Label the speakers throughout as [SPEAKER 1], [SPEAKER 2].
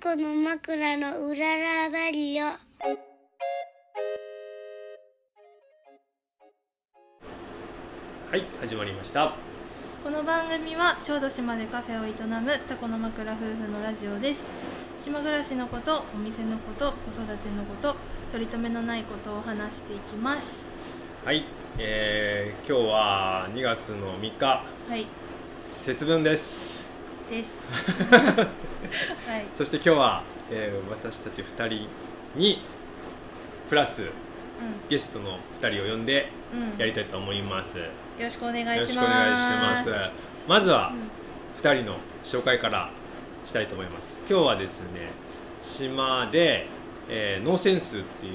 [SPEAKER 1] 子の枕のうららだりよ。
[SPEAKER 2] はい始まりました
[SPEAKER 3] この番組は小豆島でカフェを営むタコの枕夫婦のラジオです島暮らしのことお店のこと子育てのこと取り留めのないことを話していきます
[SPEAKER 2] はい、えー、今日は2月の3日
[SPEAKER 3] はい
[SPEAKER 2] 節分です
[SPEAKER 3] です はい
[SPEAKER 2] そして今日は、えー私たち2人にプラスゲストの2人を呼んで
[SPEAKER 3] うんうん
[SPEAKER 2] や
[SPEAKER 3] よ
[SPEAKER 2] りたいと思います、
[SPEAKER 3] ろしくお願いします
[SPEAKER 2] よろしくお願いしますまずは
[SPEAKER 3] うん
[SPEAKER 2] 2人の紹介からしたいと思います今日はですね島で、えーノーセンスってい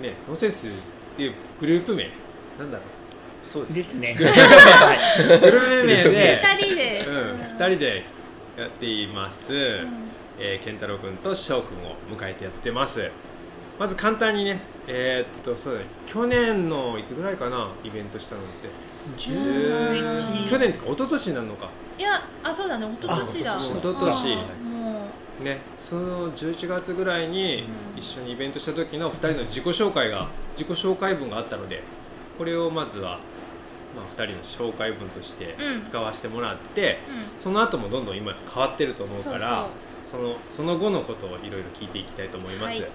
[SPEAKER 2] うねノーセンスっていうグループ名なんだろう
[SPEAKER 4] そうですね。
[SPEAKER 2] グループ名で
[SPEAKER 3] 二人で
[SPEAKER 2] うん、2人でやっています、えー、健太郎君と翔君を迎えてやってますまず簡単にねえーっとそうだね去年のいつぐらいかなイベントしたのって
[SPEAKER 3] 11
[SPEAKER 2] 去年とか一昨年なのか
[SPEAKER 3] いやあそうだね一昨年だ
[SPEAKER 4] あ
[SPEAKER 2] 一
[SPEAKER 4] 一
[SPEAKER 2] 昨
[SPEAKER 4] 昨
[SPEAKER 2] 年
[SPEAKER 3] あーもう
[SPEAKER 2] ねその11月ぐらいに
[SPEAKER 3] うん
[SPEAKER 2] 一緒にイベントした時の2人の自己紹介が自己紹介文があったのでこれをまずは、まあ、2人の紹介文として
[SPEAKER 3] うん
[SPEAKER 2] 使わせてもらって、
[SPEAKER 3] う
[SPEAKER 2] その後もどんどん今変わってると思うから
[SPEAKER 3] そう
[SPEAKER 2] そのその後のことをいろいろ聞いていきたいと思い
[SPEAKER 3] ん
[SPEAKER 2] ます、
[SPEAKER 3] はいはい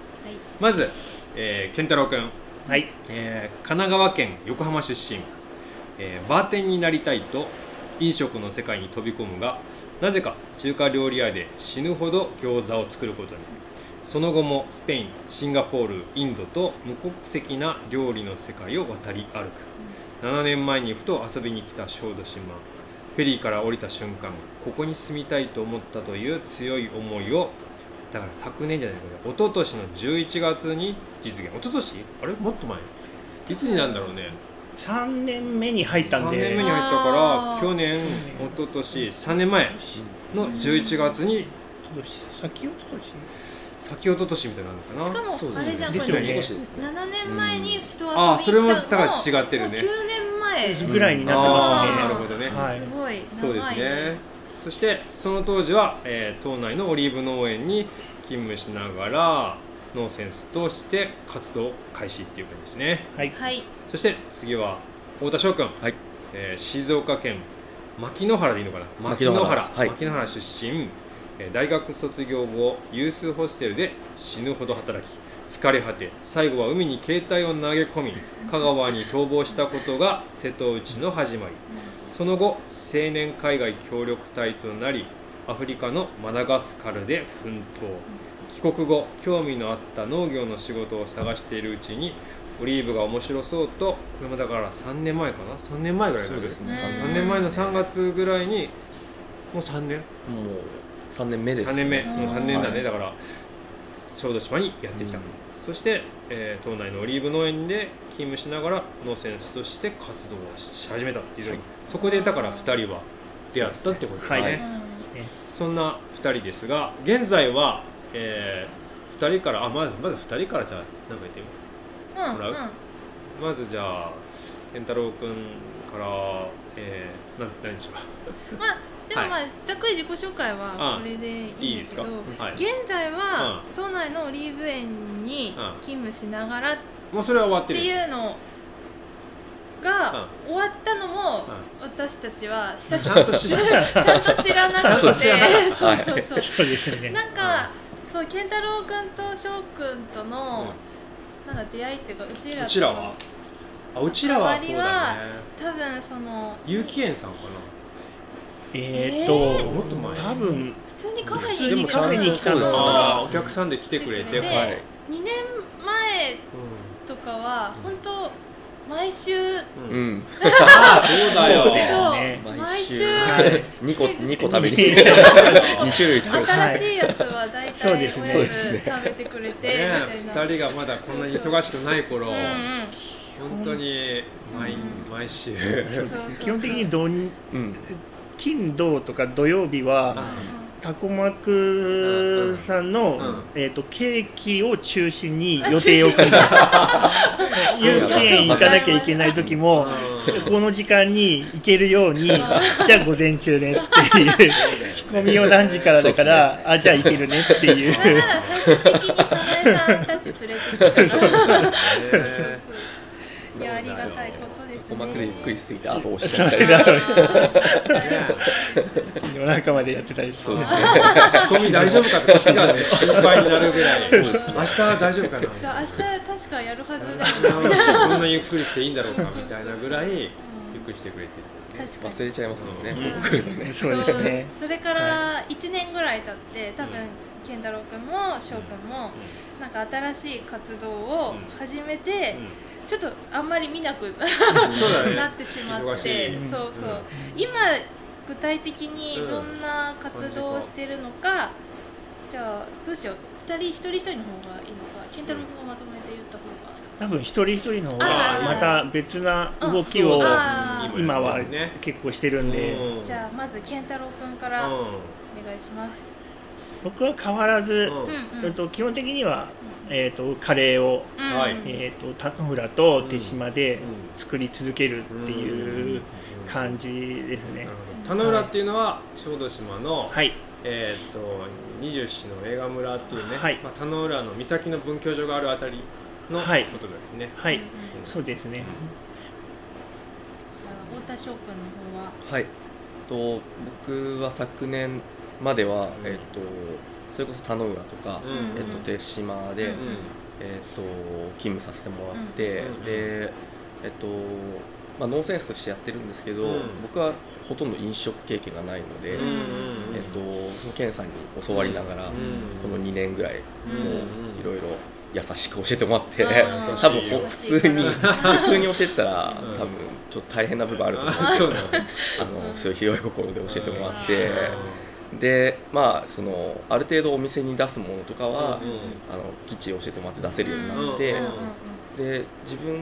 [SPEAKER 2] まず、えー、健太郎君、
[SPEAKER 4] はい。
[SPEAKER 2] えー神奈川県横浜出身、えーバーテンになりたいと飲食の世界に飛び込むがなぜか中華料理屋で死ぬほど餃子を作ることにその後もスペインシンガポールインドと無国籍な料理の世界を渡り歩く7年前にふと遊びに来た小豆島フェリーから降りた瞬間ここに住みたいと思ったという強い思いをだから昨年じゃないこれ一昨年の11月に実現一昨年あれもっと前いつになんだろうね
[SPEAKER 4] 三年目に入ったん
[SPEAKER 2] 3年目に
[SPEAKER 4] で。
[SPEAKER 2] 入ったから
[SPEAKER 3] あー
[SPEAKER 2] 去年一昨年3年前の11月に
[SPEAKER 4] 先を少
[SPEAKER 2] 先一昨年みたいなのかな
[SPEAKER 3] しかも
[SPEAKER 5] そう
[SPEAKER 3] あ
[SPEAKER 5] ですね
[SPEAKER 3] れじゃん
[SPEAKER 2] ぜ
[SPEAKER 3] こ
[SPEAKER 2] ひ
[SPEAKER 3] れ
[SPEAKER 2] ね
[SPEAKER 3] 7年前にふと遊びに来たの
[SPEAKER 2] あーそれもだから違ってるね
[SPEAKER 3] もう9年前
[SPEAKER 4] し
[SPEAKER 3] す
[SPEAKER 4] いぐらいになってましたね。
[SPEAKER 2] あーなるほどね
[SPEAKER 4] はい。
[SPEAKER 3] ごい
[SPEAKER 2] そうです
[SPEAKER 3] 長い
[SPEAKER 2] ねそしてその当時は、えー島内のオリーブ農園に勤務しながらノーセンスとして活動開始っていう感じですね
[SPEAKER 4] はい。
[SPEAKER 3] はい
[SPEAKER 2] そして次は太田翔君、
[SPEAKER 5] はい
[SPEAKER 2] えー静岡県牧之原でいいのかな
[SPEAKER 5] 牧之原ですはい
[SPEAKER 2] 牧之原出身、えー大学卒業後ユースホステルで死ぬほど働き疲れ果て最後は海に携帯を投げ込み香川に逃亡したことが瀬戸内の始まりその後青年海外協力隊となりアフリカのマダガスカルで奮闘帰国後興味のあった農業の仕事を探しているうちにオリーブが面白そうとこれもだから3年前かな3年前ぐらいだ
[SPEAKER 5] そう
[SPEAKER 2] ね
[SPEAKER 5] です
[SPEAKER 3] うん
[SPEAKER 5] ね。
[SPEAKER 2] 3年前の3
[SPEAKER 5] も
[SPEAKER 2] 月ぐらいにもう3年
[SPEAKER 5] う三年目です。
[SPEAKER 2] 3年目
[SPEAKER 3] うん
[SPEAKER 2] もう3年だね、
[SPEAKER 5] はい
[SPEAKER 2] だから小豆島にやってきた、
[SPEAKER 5] うん
[SPEAKER 2] そして、えー島内のオリーブ農園で勤務しながらノーセンスとして活動をし始めたっていう、
[SPEAKER 5] はい
[SPEAKER 2] そこでだから2人は出会ったってことですね、
[SPEAKER 4] はい
[SPEAKER 3] うん
[SPEAKER 2] そんな2人ですが現在は、え2人からあまずまず2人からじゃあ何か言ってみよ
[SPEAKER 3] うん
[SPEAKER 2] もらう
[SPEAKER 3] うん
[SPEAKER 2] うまずじゃあ健太郎君から、えー、なん何でしょ
[SPEAKER 3] まあでもまあざっくり自己紹介は
[SPEAKER 2] あ
[SPEAKER 3] これで
[SPEAKER 2] うい
[SPEAKER 3] いい
[SPEAKER 2] いで
[SPEAKER 3] んだ
[SPEAKER 2] す
[SPEAKER 3] け
[SPEAKER 2] か
[SPEAKER 3] ど
[SPEAKER 2] はい
[SPEAKER 3] 現在は
[SPEAKER 2] う
[SPEAKER 3] 都内のオリーブ園に
[SPEAKER 2] うん
[SPEAKER 3] 勤務しながらっ
[SPEAKER 2] もうそれは終わって
[SPEAKER 3] て
[SPEAKER 2] る
[SPEAKER 3] いうのが終わったのも
[SPEAKER 2] う
[SPEAKER 3] 私たちは久し
[SPEAKER 2] ち
[SPEAKER 3] ぶ
[SPEAKER 2] ゃんと知らない
[SPEAKER 3] りちゃんと知らなくて
[SPEAKER 2] ちゃんと知らな
[SPEAKER 3] そ
[SPEAKER 5] か
[SPEAKER 3] う
[SPEAKER 5] った
[SPEAKER 3] そうそう
[SPEAKER 4] そうですよね。
[SPEAKER 3] なんか、そう健太郎君と翔君との、なんか出会いっていうかうちらと
[SPEAKER 2] うちらはあうちらはそう
[SPEAKER 3] 周りは
[SPEAKER 2] だね
[SPEAKER 3] 多分その
[SPEAKER 2] 有機園さんか
[SPEAKER 4] えっ
[SPEAKER 3] え
[SPEAKER 4] と
[SPEAKER 2] ーもっと前
[SPEAKER 4] 多分
[SPEAKER 3] 普通にカフェに
[SPEAKER 4] 普通にカフェに来た
[SPEAKER 5] そ
[SPEAKER 4] の
[SPEAKER 5] うです
[SPEAKER 2] な
[SPEAKER 5] ね
[SPEAKER 2] あ
[SPEAKER 3] は
[SPEAKER 2] ーお客さんで来てくれて
[SPEAKER 3] 来てくれて
[SPEAKER 2] はい、
[SPEAKER 3] 2年前とかは
[SPEAKER 2] うん
[SPEAKER 3] 本当毎週
[SPEAKER 2] うん
[SPEAKER 5] う
[SPEAKER 2] うん
[SPEAKER 5] ん。
[SPEAKER 2] ああそうだ
[SPEAKER 4] そう
[SPEAKER 2] よ
[SPEAKER 4] です
[SPEAKER 3] そう
[SPEAKER 4] ね
[SPEAKER 3] 毎週
[SPEAKER 2] はい
[SPEAKER 5] 二個二個食 べに
[SPEAKER 4] 二
[SPEAKER 5] 来
[SPEAKER 4] 個
[SPEAKER 5] て。
[SPEAKER 3] そう
[SPEAKER 5] 二種類食べて。
[SPEAKER 3] 新しいやつは大体
[SPEAKER 4] そ
[SPEAKER 3] お
[SPEAKER 4] うで
[SPEAKER 3] やつ
[SPEAKER 4] すね
[SPEAKER 5] そうですね
[SPEAKER 3] 食べてくれてみ
[SPEAKER 2] ね
[SPEAKER 3] たいな、
[SPEAKER 2] 2人がまだこんなに忙しくない頃、
[SPEAKER 3] うん
[SPEAKER 2] 本当に毎,、
[SPEAKER 3] うん
[SPEAKER 2] 毎週
[SPEAKER 3] そ
[SPEAKER 4] そう
[SPEAKER 3] うそう
[SPEAKER 4] 基本的に土日
[SPEAKER 5] うん。
[SPEAKER 4] 金土とか土曜日は
[SPEAKER 2] あ
[SPEAKER 4] タコマクさんの、
[SPEAKER 2] うんうん
[SPEAKER 4] えっとケーキを中心に予定を組んでました。有機園行かなきゃいけない時も。
[SPEAKER 2] ー
[SPEAKER 4] この時間に行ける ようにじゃあ午前中ねっていう仕込みを何時からだから、あじゃあ行けるねってい
[SPEAKER 3] だか
[SPEAKER 4] う
[SPEAKER 3] ら最終的に早苗さんたち連れてきたから
[SPEAKER 2] ね
[SPEAKER 3] いやありがたいことですね
[SPEAKER 5] 鼓膜でゆっく りしすぎて後押しち
[SPEAKER 4] そ
[SPEAKER 5] ゃ
[SPEAKER 4] う
[SPEAKER 5] ったり
[SPEAKER 4] だと
[SPEAKER 3] ね
[SPEAKER 4] 夜中までやってたりして
[SPEAKER 5] そうです
[SPEAKER 2] 仕込み大丈夫かって父がね心配になるぐらい
[SPEAKER 5] そうですね
[SPEAKER 2] 明日は大丈夫かなみ
[SPEAKER 3] だか
[SPEAKER 2] たい
[SPEAKER 3] ら明
[SPEAKER 2] な
[SPEAKER 3] 日確かやるはずだ よね
[SPEAKER 2] こんなゆっくりしていいんだろうかみたいなぐらいゆっくりしてくれてる、ね、
[SPEAKER 3] 確かに
[SPEAKER 5] 忘れちゃいますもんね、
[SPEAKER 2] うん
[SPEAKER 5] 僕らね
[SPEAKER 4] そうですね
[SPEAKER 3] それから1年ぐらい経って多分健太郎君も翔君もなんか新しい活動を始めてちょっとあんまり見なく
[SPEAKER 2] うんそうだ
[SPEAKER 3] な
[SPEAKER 2] ね
[SPEAKER 3] ってしま
[SPEAKER 2] 忙
[SPEAKER 3] っ
[SPEAKER 2] してい
[SPEAKER 3] そうそう今具体的にどんな活動をしてるのかじゃあどうしよう2人一人一人の方がいいのか健太郎君がまとめて言った方が
[SPEAKER 4] 多分一人一人の方
[SPEAKER 2] あ
[SPEAKER 4] が
[SPEAKER 2] ー
[SPEAKER 4] また別な動き
[SPEAKER 2] そ
[SPEAKER 4] を
[SPEAKER 2] う
[SPEAKER 3] あー
[SPEAKER 4] 今は
[SPEAKER 2] ね
[SPEAKER 4] 結構してるんで
[SPEAKER 2] うん
[SPEAKER 3] じゃあまず健太郎君からお願いします
[SPEAKER 4] 僕は変わらず、
[SPEAKER 2] うんうん
[SPEAKER 3] うん
[SPEAKER 4] えっと基本的には、
[SPEAKER 3] う
[SPEAKER 4] えっとカレーを、
[SPEAKER 3] ん
[SPEAKER 2] はい
[SPEAKER 3] うん
[SPEAKER 4] えっと田野浦と手島で作り続けるっていう感じですね、
[SPEAKER 2] 田野浦っていうのは小豆島の、
[SPEAKER 4] はい
[SPEAKER 2] えーっと二十市の映画村っていうね、
[SPEAKER 4] はい
[SPEAKER 2] まあ、田野浦の岬の文教所があるあたりの
[SPEAKER 4] はい
[SPEAKER 2] ことですね、
[SPEAKER 4] はい、
[SPEAKER 3] うん
[SPEAKER 4] そうですね
[SPEAKER 3] じゃあ太田翔君の方は
[SPEAKER 5] はいと僕は昨年まで
[SPEAKER 2] う
[SPEAKER 5] は、
[SPEAKER 2] ん
[SPEAKER 5] えっとそれこそ田野浦とか、
[SPEAKER 2] うん
[SPEAKER 5] えっと手島
[SPEAKER 3] う
[SPEAKER 5] で、
[SPEAKER 3] ん
[SPEAKER 5] えっと勤務させてもらって、
[SPEAKER 2] うん
[SPEAKER 5] でえっとまあ、ノンセンスとしてやってるんですけど、
[SPEAKER 2] うん
[SPEAKER 5] 僕はほとんど飲食経験がないので、
[SPEAKER 2] うんうん
[SPEAKER 5] えっと、その健さんに教わりながら、この2年ぐらい、こ
[SPEAKER 3] うん
[SPEAKER 5] ういろいろ優しく教えてもらって、
[SPEAKER 3] あ
[SPEAKER 2] ー
[SPEAKER 5] 多分ほ
[SPEAKER 2] 優
[SPEAKER 5] 普通に
[SPEAKER 3] うん
[SPEAKER 5] 普通に教えてた
[SPEAKER 2] う
[SPEAKER 5] ら、
[SPEAKER 2] ん
[SPEAKER 5] 多分ちょっと大変な部分あると思うんです
[SPEAKER 2] あそうだね
[SPEAKER 5] けど、あ
[SPEAKER 3] うん
[SPEAKER 5] のすごい広い心で教えてもらって、
[SPEAKER 2] う
[SPEAKER 5] でまあそのある程度お店に出すものとかは、
[SPEAKER 2] ん
[SPEAKER 5] あのきっちり教えてもらって出せるようになって、
[SPEAKER 2] うん
[SPEAKER 5] で自分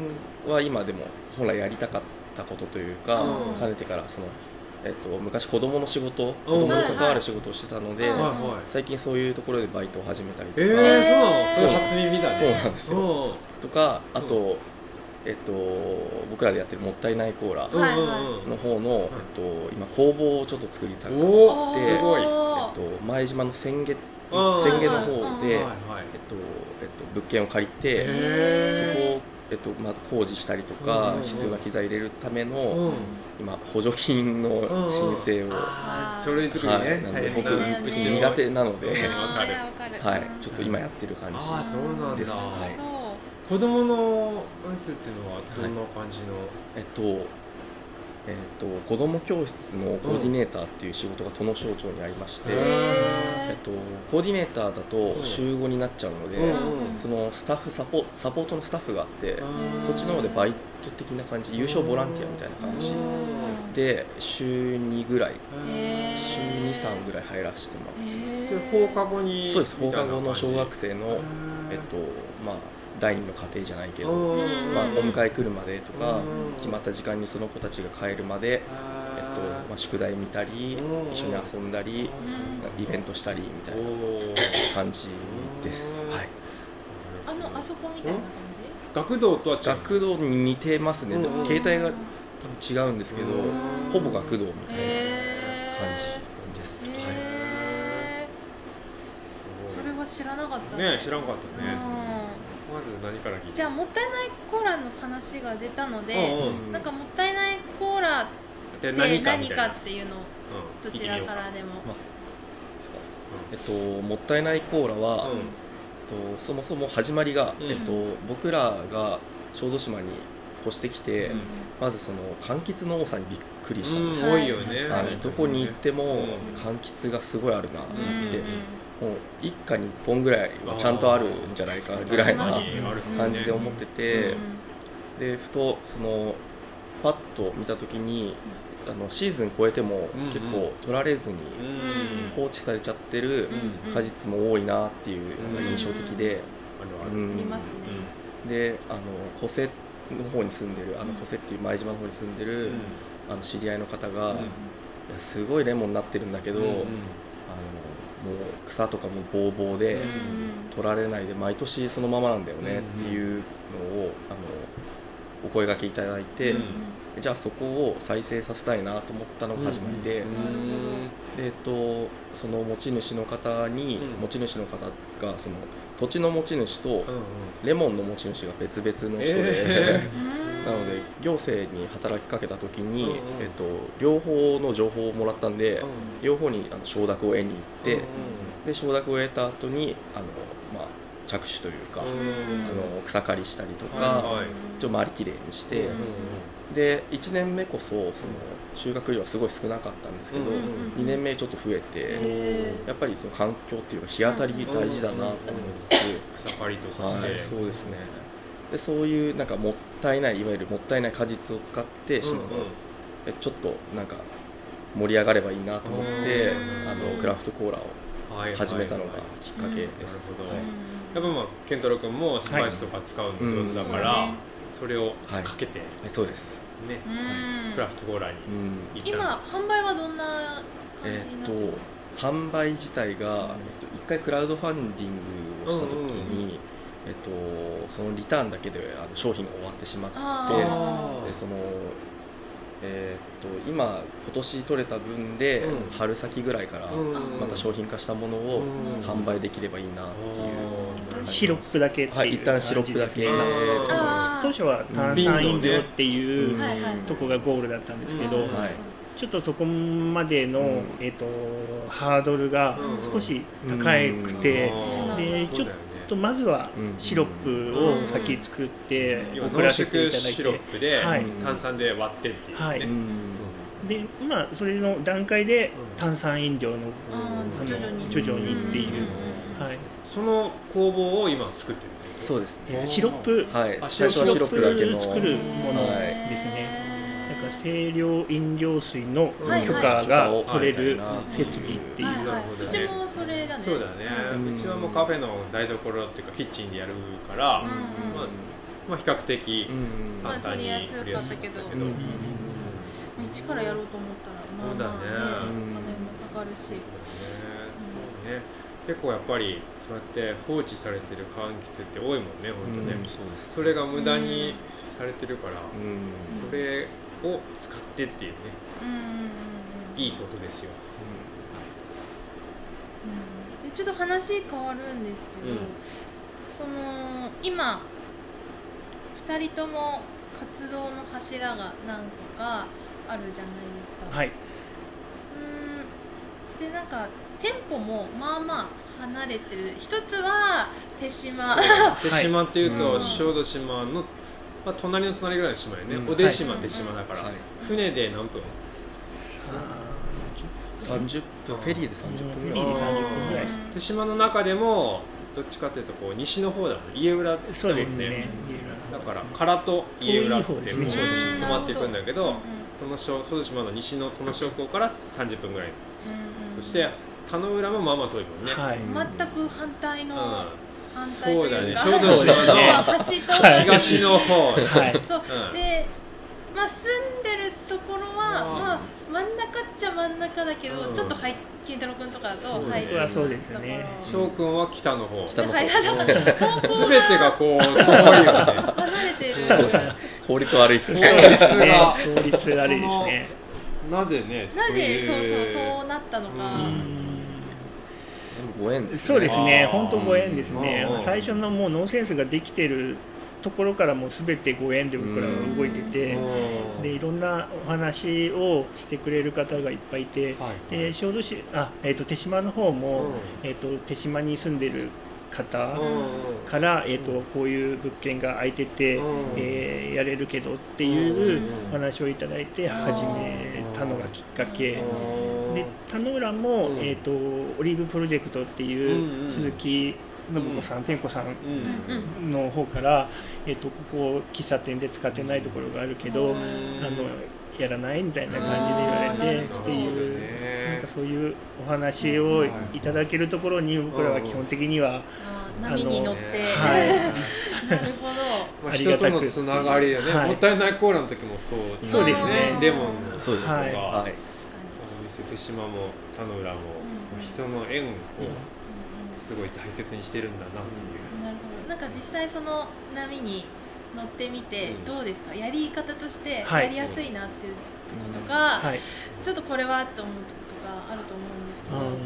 [SPEAKER 5] は今でも本来やりたかったことというか、
[SPEAKER 2] うん
[SPEAKER 5] かねてからその、えっと、昔子供の仕事子
[SPEAKER 2] うん
[SPEAKER 5] 供に関わる仕事をしてたので、
[SPEAKER 2] はい
[SPEAKER 3] うん
[SPEAKER 2] はい
[SPEAKER 5] 最近そういうところでバイトを始めたりと
[SPEAKER 2] え
[SPEAKER 5] か、
[SPEAKER 2] ー、そうなのそれ
[SPEAKER 5] そう
[SPEAKER 2] 初耳だね
[SPEAKER 5] そうなんですよ
[SPEAKER 2] よ
[SPEAKER 5] とかあと、
[SPEAKER 2] う
[SPEAKER 5] えっと、僕らでやってる「もったいないコーラ」
[SPEAKER 2] うんうんうん
[SPEAKER 5] の方の、えっと、今工房をちょっと作りたくて、えっ
[SPEAKER 2] おお
[SPEAKER 5] です
[SPEAKER 2] ごい
[SPEAKER 3] お
[SPEAKER 2] は
[SPEAKER 5] と、前島の千家
[SPEAKER 2] うん
[SPEAKER 5] 千家の方
[SPEAKER 2] い
[SPEAKER 5] で、えっと
[SPEAKER 2] はい
[SPEAKER 5] えっと、物件を借りて、そこ
[SPEAKER 2] へ
[SPEAKER 5] を、えっとまあ、工事したりとか、
[SPEAKER 2] うん
[SPEAKER 5] 必要な機材入れるための、
[SPEAKER 2] うん
[SPEAKER 5] 今補助金の申請を、
[SPEAKER 2] あー書類作りね、
[SPEAKER 5] はい、なんで
[SPEAKER 2] 大変
[SPEAKER 5] 僕
[SPEAKER 2] だね
[SPEAKER 5] うち苦手なの
[SPEAKER 2] う
[SPEAKER 5] で、
[SPEAKER 2] ん
[SPEAKER 3] あーわかる
[SPEAKER 5] はい
[SPEAKER 3] うん、
[SPEAKER 5] ちょっと今やってる感じ
[SPEAKER 2] あーそうなんだ
[SPEAKER 5] です
[SPEAKER 3] なるほ
[SPEAKER 2] 子供のうんつっていうのはどんな感じの、
[SPEAKER 5] えっと、えっと、子ども教室のコーディネーターっていう仕事が都農省庁にありまして、
[SPEAKER 2] へ
[SPEAKER 3] ど
[SPEAKER 2] ー
[SPEAKER 5] えっ
[SPEAKER 3] へ
[SPEAKER 5] と、コーディネーターだと
[SPEAKER 2] うん
[SPEAKER 5] 週5になっちゃうので、
[SPEAKER 2] うん
[SPEAKER 3] うん
[SPEAKER 5] そのスタッフサポサポートのスタッフがあって、
[SPEAKER 2] あー
[SPEAKER 5] そっちの方でバイト的な感じ優勝ボランティアみたいな感じ
[SPEAKER 3] うん
[SPEAKER 5] で週2ぐらい
[SPEAKER 3] へー
[SPEAKER 5] 週23ぐらい入らせてもらって
[SPEAKER 3] ー
[SPEAKER 2] それ放課後に
[SPEAKER 5] そうです放課後の小学生の、え
[SPEAKER 2] え
[SPEAKER 5] っとまあ、第二の家庭じゃないけ
[SPEAKER 2] と
[SPEAKER 5] ど、まあ、お
[SPEAKER 3] 音
[SPEAKER 5] 迎え来るまでとか
[SPEAKER 2] うん
[SPEAKER 5] 決まった時間にその子たちが帰るまで、えっとまあ、宿題見たり
[SPEAKER 2] うん
[SPEAKER 5] 一緒に遊んだりイベン
[SPEAKER 2] ト
[SPEAKER 5] トしたりみたい
[SPEAKER 2] お
[SPEAKER 5] な
[SPEAKER 2] ー
[SPEAKER 5] 感じです、
[SPEAKER 2] うん
[SPEAKER 5] はい、
[SPEAKER 3] あのあそこみたいな感
[SPEAKER 2] 学童とは違う
[SPEAKER 5] 学童に似てますね、
[SPEAKER 2] うん
[SPEAKER 5] で
[SPEAKER 3] じ
[SPEAKER 5] も携帯が多分違うんですけど、
[SPEAKER 2] うん
[SPEAKER 5] ほぼ学童みたいな
[SPEAKER 3] 感
[SPEAKER 5] 感じです、はい
[SPEAKER 3] へーそれ
[SPEAKER 2] ね
[SPEAKER 3] は知らなかった
[SPEAKER 2] え知らんかったね
[SPEAKER 3] う
[SPEAKER 2] まず何から聞い
[SPEAKER 3] ん
[SPEAKER 2] て
[SPEAKER 3] じゃあもったいないコーラの話が出たの
[SPEAKER 2] う
[SPEAKER 3] で
[SPEAKER 2] ん
[SPEAKER 5] うん
[SPEAKER 3] なんかもったいないコーラっ
[SPEAKER 2] で
[SPEAKER 3] て
[SPEAKER 2] 何
[SPEAKER 3] 何
[SPEAKER 2] かみたい
[SPEAKER 3] か
[SPEAKER 2] な
[SPEAKER 3] っていうの
[SPEAKER 2] う
[SPEAKER 3] をど
[SPEAKER 2] ん
[SPEAKER 3] ちらからでも
[SPEAKER 5] えっと、もったいないコーラは、
[SPEAKER 2] うん
[SPEAKER 5] えっとそもそも始まりが、
[SPEAKER 2] うん
[SPEAKER 5] えっと、僕らが小豆島に越してきて、
[SPEAKER 2] うん
[SPEAKER 5] まずその柑橘の多さにびっくりした
[SPEAKER 2] うんん
[SPEAKER 5] ですよ、
[SPEAKER 2] 多いよね
[SPEAKER 3] うん
[SPEAKER 5] はいどこに行っても、
[SPEAKER 2] うん
[SPEAKER 5] 柑橘がすごいあるなと思
[SPEAKER 3] うんうん
[SPEAKER 5] って、もう一家に一本ぐらいはちゃんとあるんじゃないかぐらい
[SPEAKER 3] あ
[SPEAKER 5] な
[SPEAKER 3] ー
[SPEAKER 5] 感じで思ってて、
[SPEAKER 3] うん
[SPEAKER 5] でふとそのパッと見た時にあのシーズン超えても
[SPEAKER 2] うんうん
[SPEAKER 5] 結構取られずに
[SPEAKER 2] うん
[SPEAKER 3] ん
[SPEAKER 5] 放置されちゃってる
[SPEAKER 2] うん
[SPEAKER 5] 果実も多いなっていうのが印象的で、
[SPEAKER 2] あるあ
[SPEAKER 5] う
[SPEAKER 2] る
[SPEAKER 5] ん
[SPEAKER 3] 見ますね
[SPEAKER 5] であの小瀬の方に住んでるあの小瀬っていう前島の方に住んでる、あの知り合いの方が、
[SPEAKER 2] うん
[SPEAKER 5] いやすごいレモンになってるんだけど、
[SPEAKER 2] うん
[SPEAKER 5] あ
[SPEAKER 2] う
[SPEAKER 5] の
[SPEAKER 2] ん
[SPEAKER 5] もう草とかもボーボーで、
[SPEAKER 3] うん
[SPEAKER 5] 取られないで毎年そのままなんだよねっていうのを、あのお声がけいただいて、
[SPEAKER 2] うん
[SPEAKER 3] うん
[SPEAKER 5] じゃあそこを再生させたいなと思ったのが始まりで,、
[SPEAKER 2] うん
[SPEAKER 5] でえっと、その持ち主の方に、
[SPEAKER 2] うん
[SPEAKER 5] 持ち主の方がその土地の持ち主と
[SPEAKER 2] うんうん
[SPEAKER 5] レモンの持ち主が別々の人で、
[SPEAKER 2] え
[SPEAKER 5] なので行政に働きかけた時に、
[SPEAKER 2] うんうん
[SPEAKER 5] えっと、両方の情報をもらった んで、
[SPEAKER 2] うん
[SPEAKER 5] 両方にあの承諾を得に行って、で承諾を得た後にあのまあ着手というか、
[SPEAKER 2] うん
[SPEAKER 5] あの草刈りしたりとか、
[SPEAKER 2] はいはい
[SPEAKER 5] ちょっと周りきれいにして、
[SPEAKER 2] うん
[SPEAKER 5] で1年目こそその修学料はすごい少なかったんですけ
[SPEAKER 2] う
[SPEAKER 5] ど、
[SPEAKER 2] んうん
[SPEAKER 5] 2年目ちょっと増えて、
[SPEAKER 3] へ
[SPEAKER 5] やっぱりその環境っていうか日当たり大事だなと思いつ
[SPEAKER 2] 草刈りと
[SPEAKER 5] つ、
[SPEAKER 2] かして、
[SPEAKER 5] はい、そうですねでそういうなんかもったいないいわゆるもったいない果実を使って
[SPEAKER 2] うん
[SPEAKER 5] し
[SPEAKER 2] う
[SPEAKER 5] ま
[SPEAKER 2] ん
[SPEAKER 5] うえちょっとなんか盛り上がればいいなと思って
[SPEAKER 3] うん
[SPEAKER 5] あのクラフトコーラを
[SPEAKER 2] はいはい
[SPEAKER 5] 始めたのが
[SPEAKER 2] はい
[SPEAKER 5] きっかけです、
[SPEAKER 2] うん
[SPEAKER 5] はい
[SPEAKER 2] やっぱまあ健太郎君もスパイスとか使うの上手だから、
[SPEAKER 3] はいうん
[SPEAKER 2] それをか
[SPEAKER 5] はい
[SPEAKER 2] けてね、
[SPEAKER 5] はいそうです、
[SPEAKER 2] クラフトコーラに
[SPEAKER 5] うん
[SPEAKER 2] 行った
[SPEAKER 3] 今販売はどんな感
[SPEAKER 5] え
[SPEAKER 3] じに
[SPEAKER 5] っ
[SPEAKER 3] な
[SPEAKER 5] と
[SPEAKER 3] ってる
[SPEAKER 5] 販売自体が、えっと、一回クラウドファンディングをした時
[SPEAKER 2] うんうん
[SPEAKER 5] に、えっと、そのリターンだけであの商品が終わってしまって
[SPEAKER 3] あ
[SPEAKER 5] でその、えっと今今年取れた分で、
[SPEAKER 2] うん
[SPEAKER 5] 春先ぐらいから
[SPEAKER 2] うん
[SPEAKER 5] また商品化したものを
[SPEAKER 2] うん
[SPEAKER 5] 販売できればいいなっていう、
[SPEAKER 2] あー
[SPEAKER 4] シロップだけっていう
[SPEAKER 5] はい、一旦シロップだ
[SPEAKER 4] 感じ
[SPEAKER 5] け、
[SPEAKER 4] です
[SPEAKER 2] う
[SPEAKER 4] ね
[SPEAKER 2] ん
[SPEAKER 3] あー
[SPEAKER 4] 当初は炭酸飲料っていううん
[SPEAKER 3] はいはい
[SPEAKER 4] とこがゴールだったんですけど、
[SPEAKER 2] うん
[SPEAKER 5] はい
[SPEAKER 4] ちょっとそこまでの、
[SPEAKER 5] うん
[SPEAKER 4] えっとハードルが少し高
[SPEAKER 3] う
[SPEAKER 4] くて、
[SPEAKER 3] ん
[SPEAKER 2] あー
[SPEAKER 4] で
[SPEAKER 2] そうだよね
[SPEAKER 4] ちょっとまずは
[SPEAKER 5] うん
[SPEAKER 4] シロップを先作って
[SPEAKER 2] 要は
[SPEAKER 4] 送
[SPEAKER 2] 濃
[SPEAKER 4] らせて
[SPEAKER 2] 縮
[SPEAKER 4] いただい
[SPEAKER 2] シロ
[SPEAKER 4] て
[SPEAKER 2] ップで
[SPEAKER 4] はい
[SPEAKER 2] 炭酸で割ってっていうね、
[SPEAKER 4] はい
[SPEAKER 5] うん
[SPEAKER 4] でまあそれの段階で
[SPEAKER 2] うん
[SPEAKER 4] 炭酸飲料の、
[SPEAKER 3] ー
[SPEAKER 4] あの
[SPEAKER 3] 徐々に
[SPEAKER 4] 徐々にっていう
[SPEAKER 3] うん
[SPEAKER 4] はい
[SPEAKER 2] その工房を今作ってるってこと
[SPEAKER 5] そうですね
[SPEAKER 4] えっとシロップ
[SPEAKER 5] はい
[SPEAKER 2] あ
[SPEAKER 5] 最初はシロップだけの
[SPEAKER 4] シロップ作るも
[SPEAKER 5] の
[SPEAKER 4] ですねなんか清涼飲料水の
[SPEAKER 2] はい
[SPEAKER 4] 許可が
[SPEAKER 5] はい
[SPEAKER 4] 取れる
[SPEAKER 5] はい
[SPEAKER 4] 設備っていう、
[SPEAKER 3] はいはい
[SPEAKER 2] なるほど
[SPEAKER 3] う
[SPEAKER 2] ね
[SPEAKER 3] ちもそれだね
[SPEAKER 2] そうだね、う
[SPEAKER 5] うん
[SPEAKER 2] ちはもうカフェの台所っていうかキッチンでやるから、
[SPEAKER 3] うん
[SPEAKER 2] まあまあ、比較的
[SPEAKER 5] うん
[SPEAKER 3] まあ
[SPEAKER 2] 簡単に
[SPEAKER 3] 取りやすかったけど
[SPEAKER 2] 取り
[SPEAKER 4] うん
[SPEAKER 2] やすかったけど
[SPEAKER 3] うん一からやろうと思ったらまあまあ
[SPEAKER 2] そうだね
[SPEAKER 3] お金もかかる
[SPEAKER 2] そう
[SPEAKER 3] し
[SPEAKER 2] ね結構やっぱりそうやって放置されてる柑橘って多いもんね本当ね、
[SPEAKER 5] うんそうです
[SPEAKER 2] それが無駄にされてるから、
[SPEAKER 5] うん
[SPEAKER 2] それを使ってっていうね
[SPEAKER 3] うんうんうん
[SPEAKER 2] いいことですよ
[SPEAKER 3] うんでちょっと話変わるんですけど、
[SPEAKER 2] うん
[SPEAKER 3] その今2人とも活動の柱が何個かあるじゃないですか。
[SPEAKER 4] はい
[SPEAKER 3] うーんでなんか店舗もまあまあ離れてる一つは手島
[SPEAKER 2] 手島っていうと、
[SPEAKER 5] うん
[SPEAKER 2] 小豆島の、まあ、隣の隣ぐらいの島よね、
[SPEAKER 5] うん
[SPEAKER 2] お出島、
[SPEAKER 3] はい
[SPEAKER 2] 手島だから、
[SPEAKER 5] はい
[SPEAKER 2] 船で何分
[SPEAKER 5] 30分フェリーで30分ぐらい
[SPEAKER 4] うん
[SPEAKER 5] ですね
[SPEAKER 4] 30分ぐらいです
[SPEAKER 2] 手島の中でもどっちかっていうとこう西の方だね家浦だもん
[SPEAKER 4] そうですね
[SPEAKER 2] だから唐戸家浦ってもう
[SPEAKER 4] 遠い方ですね
[SPEAKER 2] 止まっていくんだけど
[SPEAKER 3] うんうん
[SPEAKER 2] 殿小小豆島の西の殿小港から30分ぐらい、
[SPEAKER 3] うんうん
[SPEAKER 2] そして田野浦もまあまあ遠いもんね、
[SPEAKER 4] はい、
[SPEAKER 3] 全く反対
[SPEAKER 2] う
[SPEAKER 3] の、
[SPEAKER 2] ん
[SPEAKER 3] 反対
[SPEAKER 2] そ
[SPEAKER 3] と
[SPEAKER 2] うだ
[SPEAKER 3] い
[SPEAKER 2] ね
[SPEAKER 3] うか
[SPEAKER 2] 小豆
[SPEAKER 4] そうです
[SPEAKER 2] 島
[SPEAKER 4] ね
[SPEAKER 2] の
[SPEAKER 3] 端と
[SPEAKER 4] はい
[SPEAKER 2] 東の方
[SPEAKER 4] はい、
[SPEAKER 3] そう、
[SPEAKER 2] うん
[SPEAKER 3] で、まあ、住んでるところは、
[SPEAKER 2] うん
[SPEAKER 3] まあ、真ん中っちゃ真ん中だけど、
[SPEAKER 2] うん
[SPEAKER 3] ちょっとはい金太郎君とかだと
[SPEAKER 2] そうだ
[SPEAKER 3] 入
[SPEAKER 2] ね
[SPEAKER 3] る
[SPEAKER 4] 僕はそうですね
[SPEAKER 2] 翔くんは北の方
[SPEAKER 5] 北
[SPEAKER 3] で、
[SPEAKER 5] の
[SPEAKER 3] は
[SPEAKER 5] 方
[SPEAKER 3] い、方
[SPEAKER 2] す
[SPEAKER 3] 向
[SPEAKER 2] べ
[SPEAKER 3] が
[SPEAKER 2] てがこう遠いよね
[SPEAKER 3] 離れてる
[SPEAKER 5] そうですね効率悪いで
[SPEAKER 4] そ
[SPEAKER 5] す
[SPEAKER 4] う
[SPEAKER 5] ね
[SPEAKER 4] ですね
[SPEAKER 2] 効
[SPEAKER 4] 効
[SPEAKER 2] 率が
[SPEAKER 4] 率悪いですね
[SPEAKER 2] なぜね
[SPEAKER 3] なぜそう
[SPEAKER 2] い
[SPEAKER 3] そうそうなったのか、
[SPEAKER 2] う
[SPEAKER 4] うん
[SPEAKER 5] 全部ご縁です
[SPEAKER 4] そうですね
[SPEAKER 2] あー
[SPEAKER 4] 本当ご縁ですね
[SPEAKER 2] うん
[SPEAKER 4] 最初のもうノンセンスができてるところからもう全てご縁で僕らは動いてて
[SPEAKER 2] うん
[SPEAKER 4] でいろんなお話をしてくれる方がいっぱいいて
[SPEAKER 2] はい
[SPEAKER 4] で小豆市あ、えー、と手島の方
[SPEAKER 2] うん
[SPEAKER 4] も、えー、と手島に住んでる方
[SPEAKER 2] うん
[SPEAKER 4] から、えー、とこういう物件が空いてて、
[SPEAKER 2] うん
[SPEAKER 4] えーやれるけどって
[SPEAKER 2] うん
[SPEAKER 4] いうお話をいただいて始めたのがきっかけ
[SPEAKER 2] うん
[SPEAKER 4] で田野浦も、
[SPEAKER 2] うん
[SPEAKER 4] えー、とオリーブプロジェクトって
[SPEAKER 2] うんう
[SPEAKER 4] い
[SPEAKER 2] ん
[SPEAKER 4] う鈴木信子さん、天子さん
[SPEAKER 2] うん
[SPEAKER 3] うん
[SPEAKER 4] の方から、えー、とここを喫茶店で使ってないところがあるけ
[SPEAKER 3] う
[SPEAKER 4] ど、
[SPEAKER 3] ん
[SPEAKER 4] あのやらないみたいな感じで言われてっていう、なんかそういうお話をいただけるところに僕らは基本的には、
[SPEAKER 3] あー波に乗って、
[SPEAKER 4] はい
[SPEAKER 3] なるほど
[SPEAKER 2] まあ、
[SPEAKER 4] ありが
[SPEAKER 2] 人と
[SPEAKER 4] たく
[SPEAKER 2] のつながりだね、
[SPEAKER 4] はい
[SPEAKER 2] もったいないコーラの時もそう
[SPEAKER 4] そうです
[SPEAKER 3] ね
[SPEAKER 2] レモンの
[SPEAKER 5] そうですね
[SPEAKER 4] はい
[SPEAKER 5] はい
[SPEAKER 3] 確か
[SPEAKER 2] お店手島も田の浦も、
[SPEAKER 3] うん
[SPEAKER 2] 人の縁を
[SPEAKER 3] に、うんうん
[SPEAKER 2] すごい大切にしてるんだなという、
[SPEAKER 3] なるほどなんか実際その波に乗ってみて
[SPEAKER 2] うん
[SPEAKER 3] どうですかやり方として
[SPEAKER 4] はい
[SPEAKER 3] やりやすいなっていうとことか、
[SPEAKER 4] はい
[SPEAKER 3] ちょっとこれはって思うことがあると思うんで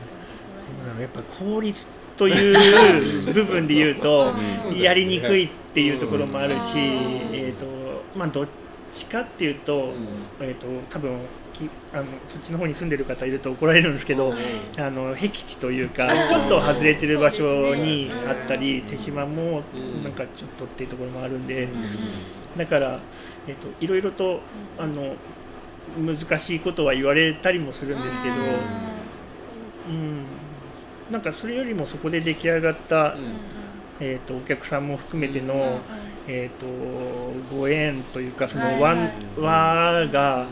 [SPEAKER 3] すけど
[SPEAKER 4] あー
[SPEAKER 3] どうですかねそこら辺
[SPEAKER 4] そうなのやっぱ効率という部分で言うと
[SPEAKER 2] うん
[SPEAKER 4] やりにくいっていうところもあるし、
[SPEAKER 3] うん
[SPEAKER 4] えーとまあ、どっちかっていうと,、えー、と多分きあのそっちの方に住んでる方いると怒られるんですけど、
[SPEAKER 3] う
[SPEAKER 4] あの僻地という
[SPEAKER 2] う
[SPEAKER 4] か
[SPEAKER 2] ん
[SPEAKER 4] ちょっと外れてる場所に
[SPEAKER 3] そうですね
[SPEAKER 4] あったり、
[SPEAKER 2] うん
[SPEAKER 4] 手島も
[SPEAKER 2] うん
[SPEAKER 4] なんかちょっとっていうところもあるんで、
[SPEAKER 3] ん
[SPEAKER 4] だから、えー、といろいろとあの難しいことは言われたりもするんですけど。
[SPEAKER 3] うん
[SPEAKER 4] うん、なんかそれよりもそこで出来上がった、
[SPEAKER 2] うん
[SPEAKER 4] えー、とお客さんも含めての、
[SPEAKER 3] うんうん
[SPEAKER 4] えー、とご縁というかそ
[SPEAKER 3] はい
[SPEAKER 4] の
[SPEAKER 3] は
[SPEAKER 4] 輪,、
[SPEAKER 3] い
[SPEAKER 4] 輪が
[SPEAKER 2] う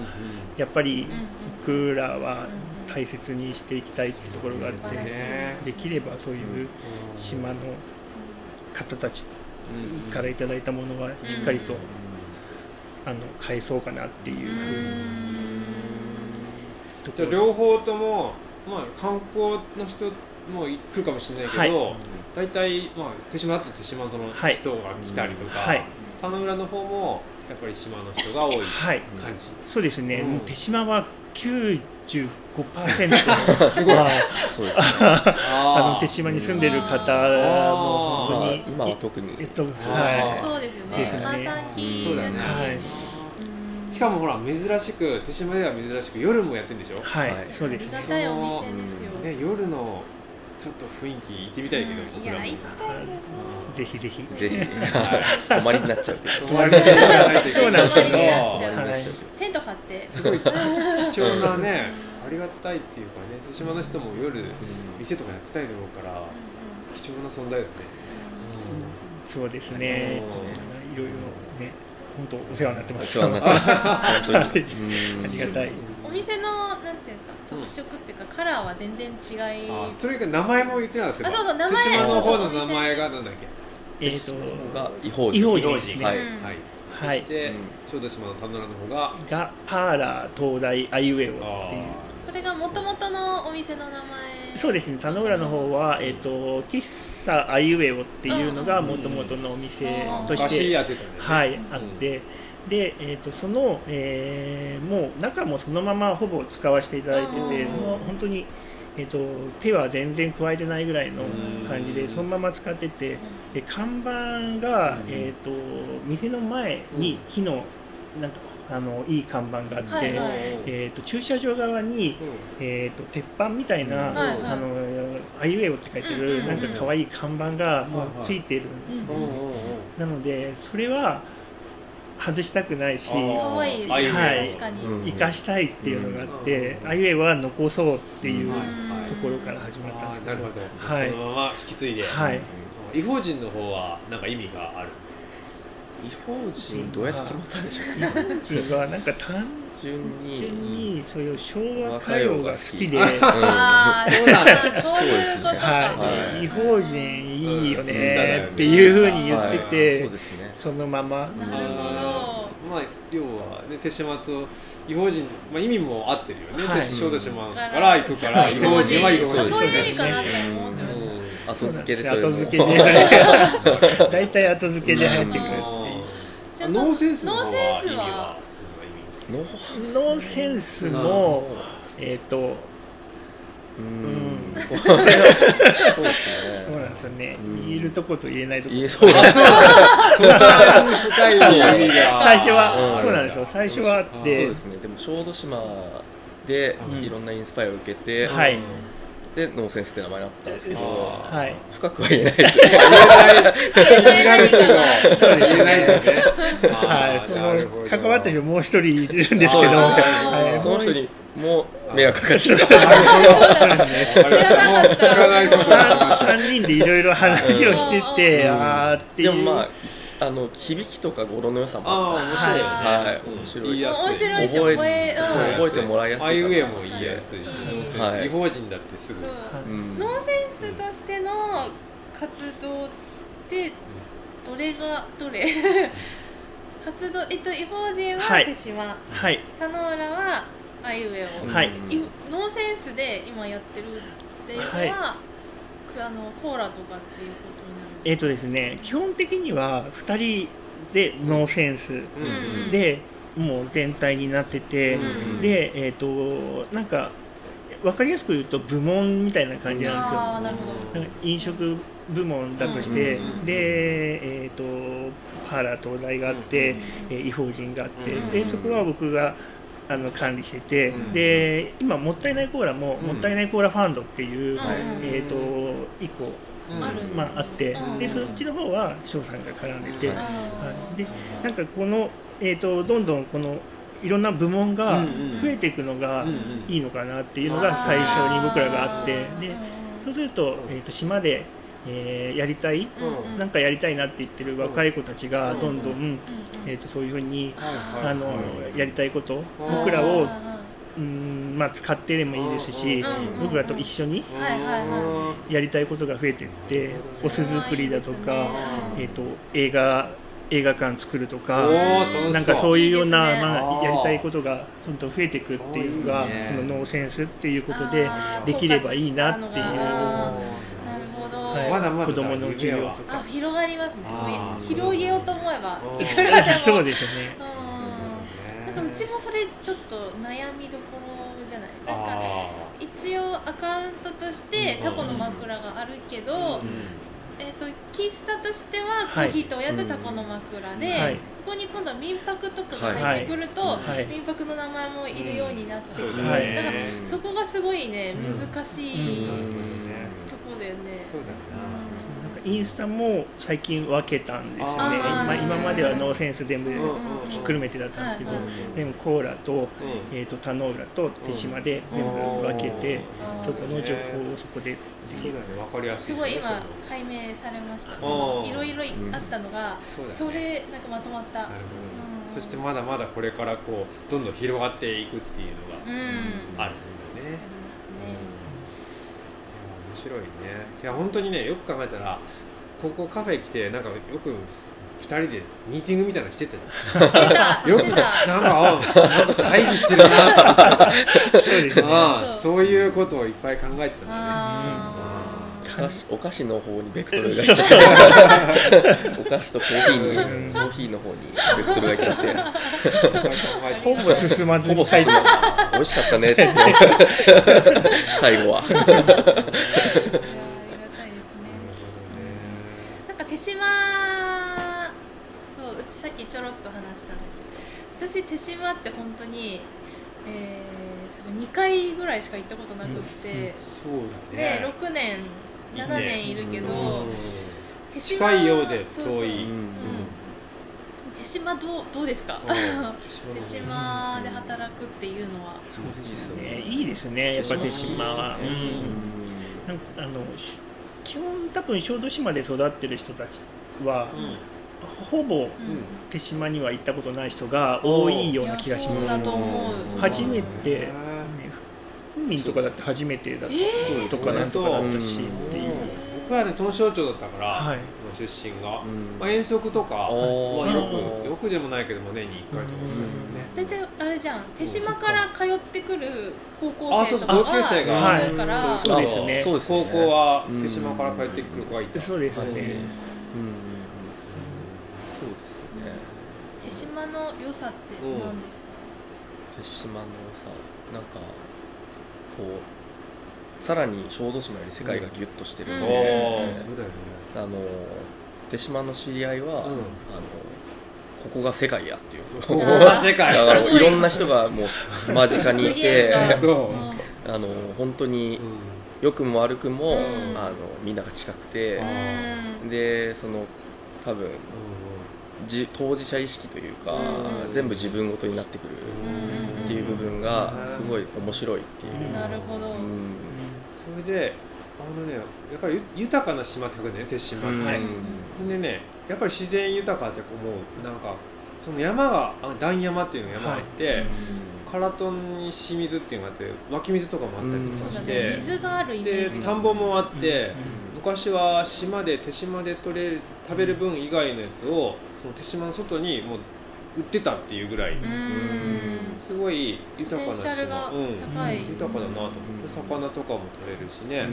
[SPEAKER 4] やっぱり
[SPEAKER 3] うんうん
[SPEAKER 4] 僕らは
[SPEAKER 3] うん
[SPEAKER 4] 大切にしていきたいってところがあっ
[SPEAKER 3] 素晴らしい
[SPEAKER 4] て
[SPEAKER 2] ね
[SPEAKER 4] できればそういう島の方たち
[SPEAKER 2] ん
[SPEAKER 4] からいただいたものはしっかりと、あの返そうかなっていううふうに
[SPEAKER 2] ん
[SPEAKER 4] と
[SPEAKER 2] じ
[SPEAKER 4] こ
[SPEAKER 2] ゃあ
[SPEAKER 4] ろ
[SPEAKER 2] 両方とも、まあ、観光の人も来るかもしれないけど、
[SPEAKER 4] は
[SPEAKER 2] 大体、まあ、手島だと手島の人
[SPEAKER 4] はい
[SPEAKER 2] が来たりとか、
[SPEAKER 4] はい
[SPEAKER 2] 田野浦の方もやっぱり島の人が多い
[SPEAKER 4] ですはい
[SPEAKER 2] 感 じ、
[SPEAKER 4] そうですね、
[SPEAKER 2] うん
[SPEAKER 4] もう手島は95%は
[SPEAKER 5] そうですね
[SPEAKER 4] あ
[SPEAKER 2] あ
[SPEAKER 4] の手島に住んでる方
[SPEAKER 2] あー
[SPEAKER 4] も本
[SPEAKER 5] まあ
[SPEAKER 4] 当に
[SPEAKER 5] 今は特に
[SPEAKER 4] えっと
[SPEAKER 2] ー
[SPEAKER 4] は
[SPEAKER 3] そうですよね。
[SPEAKER 4] ですね
[SPEAKER 3] 閑散期
[SPEAKER 2] そうだ
[SPEAKER 3] で
[SPEAKER 2] よ
[SPEAKER 3] す
[SPEAKER 2] ね、
[SPEAKER 3] ね
[SPEAKER 4] はい
[SPEAKER 3] うん
[SPEAKER 2] しかもほら珍しく手島では珍しく夜もやってるんでしょ、
[SPEAKER 4] いはい、
[SPEAKER 5] はい
[SPEAKER 4] そうです
[SPEAKER 3] あ
[SPEAKER 4] ね
[SPEAKER 3] りがたいお店ですよ。
[SPEAKER 2] ね、夜のちょっと雰囲気行ってみたいけど、
[SPEAKER 3] うんい
[SPEAKER 2] 僕ら
[SPEAKER 3] や
[SPEAKER 2] も
[SPEAKER 3] 行きたいね。
[SPEAKER 4] ぜひぜひ
[SPEAKER 5] ぜひ
[SPEAKER 2] はい
[SPEAKER 5] 泊まりになっちゃうけど
[SPEAKER 2] 泊まりに行かないといけ
[SPEAKER 4] そうなんですよ
[SPEAKER 2] けど
[SPEAKER 5] 泊まりになっちゃう
[SPEAKER 3] テント張って。
[SPEAKER 2] すごい貴重なねありがたいっていうかね手島の人も夜
[SPEAKER 5] け
[SPEAKER 2] 店とかやってたいだろうから貴重な存在だね、
[SPEAKER 4] そうですね
[SPEAKER 2] あの
[SPEAKER 4] いろいろね本当お世話になってま
[SPEAKER 5] どお
[SPEAKER 4] す
[SPEAKER 5] 世話になった
[SPEAKER 3] あー
[SPEAKER 5] 本当にうん
[SPEAKER 4] ありがたい
[SPEAKER 3] お店のなんていうか特色っていうかカラーは全然違い。
[SPEAKER 2] あとにかく名前も言ってなかった
[SPEAKER 3] あそうそう名前
[SPEAKER 2] 手島の方の名前がなんだっけ
[SPEAKER 4] えっ、
[SPEAKER 5] そことが違法
[SPEAKER 4] 違法
[SPEAKER 5] 人
[SPEAKER 4] 人ですね
[SPEAKER 5] はい
[SPEAKER 3] うん
[SPEAKER 2] はい
[SPEAKER 4] はい
[SPEAKER 2] で
[SPEAKER 5] うん
[SPEAKER 2] 小豆島の田村の方が
[SPEAKER 4] がパーラー東大アイウェオ
[SPEAKER 2] あ
[SPEAKER 4] っていう
[SPEAKER 3] これが元々のお店の名前。
[SPEAKER 4] そうですね田野浦の方は、えっと喫茶アイウェオっていうのがもともとのお店
[SPEAKER 2] ー
[SPEAKER 4] とし
[SPEAKER 2] 昔
[SPEAKER 4] て
[SPEAKER 2] やってたんだよね
[SPEAKER 4] はい、
[SPEAKER 3] うん
[SPEAKER 4] あって、で、えー、とその、えーもう中もそのままほぼ使わせていただいてて、
[SPEAKER 3] うん
[SPEAKER 4] その本当に、えー、と手は全然加えてないぐらいの感じ
[SPEAKER 2] う
[SPEAKER 4] で
[SPEAKER 2] ん
[SPEAKER 4] そのまま使ってて
[SPEAKER 3] う
[SPEAKER 4] で看板
[SPEAKER 2] う
[SPEAKER 4] が、
[SPEAKER 2] ん
[SPEAKER 4] えー、と店の前に木のなんかあのいい看板があって、
[SPEAKER 3] はいはい
[SPEAKER 4] えー、と駐車場側に、えー、と鉄板みたいな、
[SPEAKER 2] うん
[SPEAKER 3] はいはい
[SPEAKER 4] あのあいうえおって書いてる、
[SPEAKER 3] うん
[SPEAKER 4] なんか可愛い看板がもうついてるん
[SPEAKER 2] う
[SPEAKER 4] で
[SPEAKER 2] ん
[SPEAKER 4] す
[SPEAKER 2] う
[SPEAKER 4] ね
[SPEAKER 2] んうんうん
[SPEAKER 4] なのでそれは外したくないし
[SPEAKER 2] あー
[SPEAKER 3] 可愛いです
[SPEAKER 2] あ
[SPEAKER 3] ね。
[SPEAKER 4] はい
[SPEAKER 3] 確かに。
[SPEAKER 5] うん
[SPEAKER 4] 生かしたいっていうのがあって、
[SPEAKER 2] うん
[SPEAKER 4] あゆえは残そうっていう
[SPEAKER 2] はい
[SPEAKER 4] ところから始まったんですけ
[SPEAKER 2] あーな
[SPEAKER 4] ど,、
[SPEAKER 2] るほど、
[SPEAKER 4] はい
[SPEAKER 2] そのまま引き継いで、
[SPEAKER 4] はい
[SPEAKER 2] 違法人の方はなんか意味がある
[SPEAKER 5] 違法人どうやって決まったんでしょう
[SPEAKER 4] 日本人はなんか単
[SPEAKER 5] 順に
[SPEAKER 4] 純にそういう昭和歌謡が好きで、
[SPEAKER 5] うん
[SPEAKER 3] ああ、そうだ な。そういうことか。
[SPEAKER 4] は、
[SPEAKER 5] はいい
[SPEAKER 4] 違法人いいよね
[SPEAKER 2] うん
[SPEAKER 4] っていうふうに言って
[SPEAKER 5] はい
[SPEAKER 4] て、
[SPEAKER 5] そうですね
[SPEAKER 4] そのまま、
[SPEAKER 3] なるほど。
[SPEAKER 2] まあ要は、ね、手島と違法人、まあ、意味も合ってるよね、
[SPEAKER 4] はい
[SPEAKER 2] 手小豆島から行くから
[SPEAKER 5] うん
[SPEAKER 2] 違法人は違法
[SPEAKER 5] そ
[SPEAKER 2] 人
[SPEAKER 5] うですね
[SPEAKER 3] そういう意味かなって思ってまし
[SPEAKER 5] 後付けで
[SPEAKER 4] 後付けで大体後付けで入ってくるっていう。
[SPEAKER 3] た。
[SPEAKER 2] ノーセンスの
[SPEAKER 3] ノ
[SPEAKER 2] 方は
[SPEAKER 3] ーセン
[SPEAKER 2] 意
[SPEAKER 3] ス
[SPEAKER 2] 味
[SPEAKER 3] は
[SPEAKER 2] は。
[SPEAKER 5] ノ
[SPEAKER 4] ノーセンスも、えっ、と、
[SPEAKER 5] う
[SPEAKER 4] うん
[SPEAKER 5] ん そうです
[SPEAKER 4] そうなん
[SPEAKER 5] ね
[SPEAKER 4] ですよね、
[SPEAKER 5] うん
[SPEAKER 4] 言えるとこと言えないとこ
[SPEAKER 5] 言えそうですね
[SPEAKER 2] 深い意味が
[SPEAKER 4] 最初は、
[SPEAKER 5] うん
[SPEAKER 4] そうなんですよ最初はあっ
[SPEAKER 5] そう
[SPEAKER 4] て
[SPEAKER 5] ですねでも小豆島で
[SPEAKER 4] うん
[SPEAKER 5] いろんなインスパイアを受けて、
[SPEAKER 4] はい
[SPEAKER 5] でノーセンスって名前になったんですけど
[SPEAKER 2] あー
[SPEAKER 4] はい
[SPEAKER 5] 深くは言えないですね
[SPEAKER 2] 言えないけど
[SPEAKER 4] そうですね
[SPEAKER 2] 言えないよね
[SPEAKER 4] は
[SPEAKER 2] あ
[SPEAKER 4] い
[SPEAKER 2] ー
[SPEAKER 4] そ
[SPEAKER 2] なるほ
[SPEAKER 4] の
[SPEAKER 2] ど
[SPEAKER 4] 関わった人もう一人いるんですけど
[SPEAKER 2] あー
[SPEAKER 4] はい
[SPEAKER 5] その人にも迷惑かか っちゃう
[SPEAKER 2] なるほど。そうですね。知らなかった。知らないことがしました。
[SPEAKER 4] 3人でいろいろ話をしてて、
[SPEAKER 5] うん
[SPEAKER 4] あーってい
[SPEAKER 5] で
[SPEAKER 4] う
[SPEAKER 5] もまああの響きとか語呂の良さもあったんで
[SPEAKER 2] ああ、
[SPEAKER 5] はい
[SPEAKER 2] 面
[SPEAKER 5] 面
[SPEAKER 2] 白
[SPEAKER 5] 白
[SPEAKER 2] い
[SPEAKER 5] い
[SPEAKER 2] よね。うん
[SPEAKER 3] 面白
[SPEAKER 5] い
[SPEAKER 3] いし、覚え、
[SPEAKER 5] 覚えそう
[SPEAKER 3] う
[SPEAKER 5] 覚えてもらいや
[SPEAKER 2] あ
[SPEAKER 5] すいかな
[SPEAKER 2] いうえも言いやすいし
[SPEAKER 5] は、い
[SPEAKER 2] 違法人だってすぐ。
[SPEAKER 3] ん。そう。
[SPEAKER 5] うん
[SPEAKER 3] ノンセンスとしての活動ってどれがどれ活動えっと違法人
[SPEAKER 4] は
[SPEAKER 3] はい手島、
[SPEAKER 4] はい
[SPEAKER 3] 田野浦はあいうえ
[SPEAKER 4] はい
[SPEAKER 3] お、いノンセンスで今やってるっていうのは、
[SPEAKER 4] はい
[SPEAKER 3] あのコーラとかっていうことになるん
[SPEAKER 4] え
[SPEAKER 3] で
[SPEAKER 4] っとですね基本的には2人でノーセンス
[SPEAKER 2] うんうん
[SPEAKER 3] うん
[SPEAKER 4] でもう全体になってて、
[SPEAKER 3] うん
[SPEAKER 4] でえっ、となんか分かりやすく言うと部門みたいな感じなんですよ。
[SPEAKER 3] あーなるほど
[SPEAKER 4] なんか飲食部門だとして、
[SPEAKER 2] うんうんうん
[SPEAKER 4] で、えっとパーラ東大があって、えー異邦人があって、
[SPEAKER 2] うん
[SPEAKER 4] でそこは僕があの管理してて、
[SPEAKER 2] うん
[SPEAKER 4] で今もったいないコーラも、
[SPEAKER 2] うん
[SPEAKER 4] もったいないコーラファンドっていう、
[SPEAKER 3] はい
[SPEAKER 4] えっと1個、
[SPEAKER 2] うん
[SPEAKER 3] ある
[SPEAKER 4] まあ、あって、
[SPEAKER 3] うん
[SPEAKER 4] でそっちの方は翔さんが絡んでて、
[SPEAKER 2] うん
[SPEAKER 4] はい、でなんかこの、えー、とどんどんこのいろんな部門が増えていくのが
[SPEAKER 2] うんうん
[SPEAKER 4] いいのかなっていうのが最初に僕らがあってでそうすると,、えー、と島で、えーやりたい
[SPEAKER 2] うん
[SPEAKER 4] なんかやりたいなって言ってる若い子たちがどんどん、えー、とそういうふうに
[SPEAKER 2] はいはい
[SPEAKER 4] あの
[SPEAKER 2] うん
[SPEAKER 4] やりたいこと
[SPEAKER 2] うん
[SPEAKER 4] 僕らをうん、まあ、使ってでもいいですし
[SPEAKER 2] うん
[SPEAKER 4] 僕らと一緒に
[SPEAKER 3] はいはいは
[SPEAKER 4] やりたいことが増えてってお酢作りだとか、
[SPEAKER 2] い
[SPEAKER 4] えー、と映画映画館作るとか。
[SPEAKER 2] おー
[SPEAKER 4] なんかそういうよう
[SPEAKER 3] そ
[SPEAKER 4] な
[SPEAKER 3] うですね
[SPEAKER 4] ま
[SPEAKER 2] あ
[SPEAKER 4] あ、
[SPEAKER 2] ー
[SPEAKER 4] やりたいことがどんどん増えていくっていうのが
[SPEAKER 2] いいね
[SPEAKER 4] そのノーセンスっていうことでできればいいなっていう
[SPEAKER 3] あ
[SPEAKER 2] お
[SPEAKER 3] なるほど、
[SPEAKER 4] はい
[SPEAKER 2] まだまだ
[SPEAKER 4] 子供の授業と
[SPEAKER 3] あ
[SPEAKER 4] か
[SPEAKER 3] 広がりますね
[SPEAKER 2] あー
[SPEAKER 3] 広げようと思えば
[SPEAKER 2] うん
[SPEAKER 3] いくらでも
[SPEAKER 4] そうですよね
[SPEAKER 3] うん
[SPEAKER 2] ー
[SPEAKER 3] なんかうちもそれちょっと悩みどころじゃないなんか一応アカウントとしてタコの枕があるけど、
[SPEAKER 2] あー
[SPEAKER 3] えー、と喫茶としてはコ
[SPEAKER 4] はい
[SPEAKER 3] ーヒーとおやつタコの枕で、
[SPEAKER 4] はい
[SPEAKER 3] ここに今度は民泊とかが入ってくると、
[SPEAKER 2] はい
[SPEAKER 4] はい
[SPEAKER 3] 民泊の名前もいるようになってきて、
[SPEAKER 2] そうです
[SPEAKER 4] はい
[SPEAKER 3] だから
[SPEAKER 2] ね
[SPEAKER 3] そこがすごいね
[SPEAKER 2] うん
[SPEAKER 3] 難しい
[SPEAKER 4] うん
[SPEAKER 3] と
[SPEAKER 2] な
[SPEAKER 3] こ
[SPEAKER 2] るほどね
[SPEAKER 3] だよね。
[SPEAKER 2] そうだよ
[SPEAKER 4] なんかインスタも最近分けたんですよね
[SPEAKER 2] あ
[SPEAKER 3] ー
[SPEAKER 4] まあ、今まではノーセンス全部
[SPEAKER 2] な
[SPEAKER 3] うん
[SPEAKER 4] ひっくるめてだったんですけ
[SPEAKER 3] う
[SPEAKER 4] ど
[SPEAKER 3] ん
[SPEAKER 4] でもコーラと,、
[SPEAKER 2] うん
[SPEAKER 4] えー、と田之浦と手島で全部分けて
[SPEAKER 3] うん
[SPEAKER 4] そこの情報を
[SPEAKER 2] そ
[SPEAKER 4] そこでっ
[SPEAKER 2] う
[SPEAKER 4] ていう
[SPEAKER 2] だねわかりやす
[SPEAKER 3] す
[SPEAKER 2] い
[SPEAKER 3] ごい
[SPEAKER 2] ね
[SPEAKER 3] 今解明されました。い
[SPEAKER 2] お
[SPEAKER 3] ろ
[SPEAKER 2] ー
[SPEAKER 3] いろあったのが、
[SPEAKER 2] そうだね
[SPEAKER 3] それなんかまとまった。
[SPEAKER 2] なるほど
[SPEAKER 3] うん
[SPEAKER 2] そしてまだまだこれからこうどんどん広がっていくっていう
[SPEAKER 3] うん。
[SPEAKER 2] の
[SPEAKER 3] あ
[SPEAKER 2] が
[SPEAKER 3] りま
[SPEAKER 2] あるんだね
[SPEAKER 3] す
[SPEAKER 2] うんいや面
[SPEAKER 3] ね。
[SPEAKER 2] 白いねいや本当にねよく考えたらここカフェ来てなんかよく2人でミーティングみたいなのしてたじ
[SPEAKER 3] してた
[SPEAKER 2] ゃんよく
[SPEAKER 3] してた。
[SPEAKER 2] なんかあなんか会議してるなと思って
[SPEAKER 4] そうですね
[SPEAKER 2] ああ そういうことをいっぱい考えてたんだね
[SPEAKER 3] あ
[SPEAKER 5] お
[SPEAKER 3] ー
[SPEAKER 5] 菓子お菓子の方にベクトルがいっち
[SPEAKER 4] そ
[SPEAKER 5] ゃ
[SPEAKER 4] う
[SPEAKER 5] って お菓子とコーヒー
[SPEAKER 4] うん
[SPEAKER 5] にコーヒーの方にベクトルがいっちゃって
[SPEAKER 4] ほ ぼ進まずに書いて
[SPEAKER 5] 美味しかったねって言って
[SPEAKER 3] いやありがた
[SPEAKER 5] 最後は。
[SPEAKER 3] いですね。なんか手島そううちさっきちょろっと話したんですけど私手島って本当に、えー、多分2回ぐらいしか行ったことなくって、
[SPEAKER 2] そうだ
[SPEAKER 3] で
[SPEAKER 2] ね
[SPEAKER 3] 6年
[SPEAKER 2] いいね
[SPEAKER 3] 7年いるけど、
[SPEAKER 2] うん
[SPEAKER 3] 手島
[SPEAKER 2] 近いようで
[SPEAKER 3] そうそう
[SPEAKER 2] 遠
[SPEAKER 5] う
[SPEAKER 2] い
[SPEAKER 5] ん
[SPEAKER 3] 手島どうどうですか 手島で働くっていうのは、
[SPEAKER 2] そうです
[SPEAKER 5] よ
[SPEAKER 4] ねいいですねやっぱ手島は。
[SPEAKER 5] 手島いいですね
[SPEAKER 4] うんなんかあのし基本多分小豆島で育ってる人たちは、ほぼ
[SPEAKER 3] うん
[SPEAKER 2] うん
[SPEAKER 4] 手島には行ったことない人が多いような気がしま
[SPEAKER 3] いや
[SPEAKER 4] す。
[SPEAKER 3] そうだと思う
[SPEAKER 4] 初めて本人とかだって初めてだっ
[SPEAKER 2] そ
[SPEAKER 3] え
[SPEAKER 2] う
[SPEAKER 4] たとかなんとかだったしっ
[SPEAKER 5] うん
[SPEAKER 4] ていう。
[SPEAKER 2] 僕はね東省町だったから、
[SPEAKER 4] はい
[SPEAKER 2] 出身が、
[SPEAKER 5] うん
[SPEAKER 2] まあ、遠足とかは
[SPEAKER 5] おー
[SPEAKER 2] よくよくでもないけども年に1回とか、
[SPEAKER 4] う
[SPEAKER 3] 大
[SPEAKER 4] ん
[SPEAKER 3] 体あれじゃん手島から通ってくる高校
[SPEAKER 2] あそうそ
[SPEAKER 3] 生と
[SPEAKER 2] う
[SPEAKER 3] か
[SPEAKER 2] 同級生
[SPEAKER 4] が
[SPEAKER 3] がいるから、
[SPEAKER 4] はいそうですね
[SPEAKER 5] そうです
[SPEAKER 2] 高
[SPEAKER 5] ね
[SPEAKER 2] 校は手島から帰ってくる子がいた、
[SPEAKER 4] そうですよね。
[SPEAKER 5] うんうんうんそうですよね
[SPEAKER 3] 手島の良さって何ですか、
[SPEAKER 5] 手島のさなんかこうさらに小豆島より世界がギュッとしてるん
[SPEAKER 2] おお
[SPEAKER 3] うん
[SPEAKER 5] で、
[SPEAKER 2] ーそうだよね
[SPEAKER 5] あの手島の知り合いは、
[SPEAKER 2] うん
[SPEAKER 5] あのここが世界やっていう
[SPEAKER 2] ここ
[SPEAKER 3] ー
[SPEAKER 2] が世 界
[SPEAKER 5] だから
[SPEAKER 3] すごい
[SPEAKER 5] いろんな人がもう間近にいて
[SPEAKER 3] すげえな
[SPEAKER 2] どう、
[SPEAKER 5] あの本当
[SPEAKER 2] う
[SPEAKER 5] に
[SPEAKER 2] ん
[SPEAKER 5] 良くも悪くも、
[SPEAKER 3] うん
[SPEAKER 5] あのみんなが近くて
[SPEAKER 2] あー、
[SPEAKER 5] でその多分じ当事者意識というか、
[SPEAKER 3] うん
[SPEAKER 5] 全部自分ごとになってくる
[SPEAKER 3] ん
[SPEAKER 5] っていう部分がすごい面白いっていう、
[SPEAKER 3] うんなるほど、
[SPEAKER 5] うん
[SPEAKER 2] それであのねやっぱりゆ豊かな島って書くね手島って、
[SPEAKER 5] はい
[SPEAKER 2] でねやっぱり自然豊かってこうもうなんかその山があ段山っていうの山があって、カラトンに清水っていうのがあって湧き水とかもあったりと
[SPEAKER 3] そう
[SPEAKER 2] か
[SPEAKER 3] だ
[SPEAKER 2] し
[SPEAKER 3] ね
[SPEAKER 2] て、
[SPEAKER 3] 水があるイメ
[SPEAKER 2] で
[SPEAKER 3] ージが
[SPEAKER 2] 田んぼもあって、
[SPEAKER 4] う
[SPEAKER 2] 昔は島で手島で取れる食べる分以外のやつをその手島の外にもう売ってたっていうぐらい、
[SPEAKER 3] うーん
[SPEAKER 2] すごい
[SPEAKER 3] ポ
[SPEAKER 2] 豊
[SPEAKER 3] テ
[SPEAKER 2] かな
[SPEAKER 3] ンシャル
[SPEAKER 2] 島、
[SPEAKER 3] が
[SPEAKER 2] うん、
[SPEAKER 3] 高い、
[SPEAKER 2] 豊かだなと思って魚とかも取れるしね、
[SPEAKER 5] うん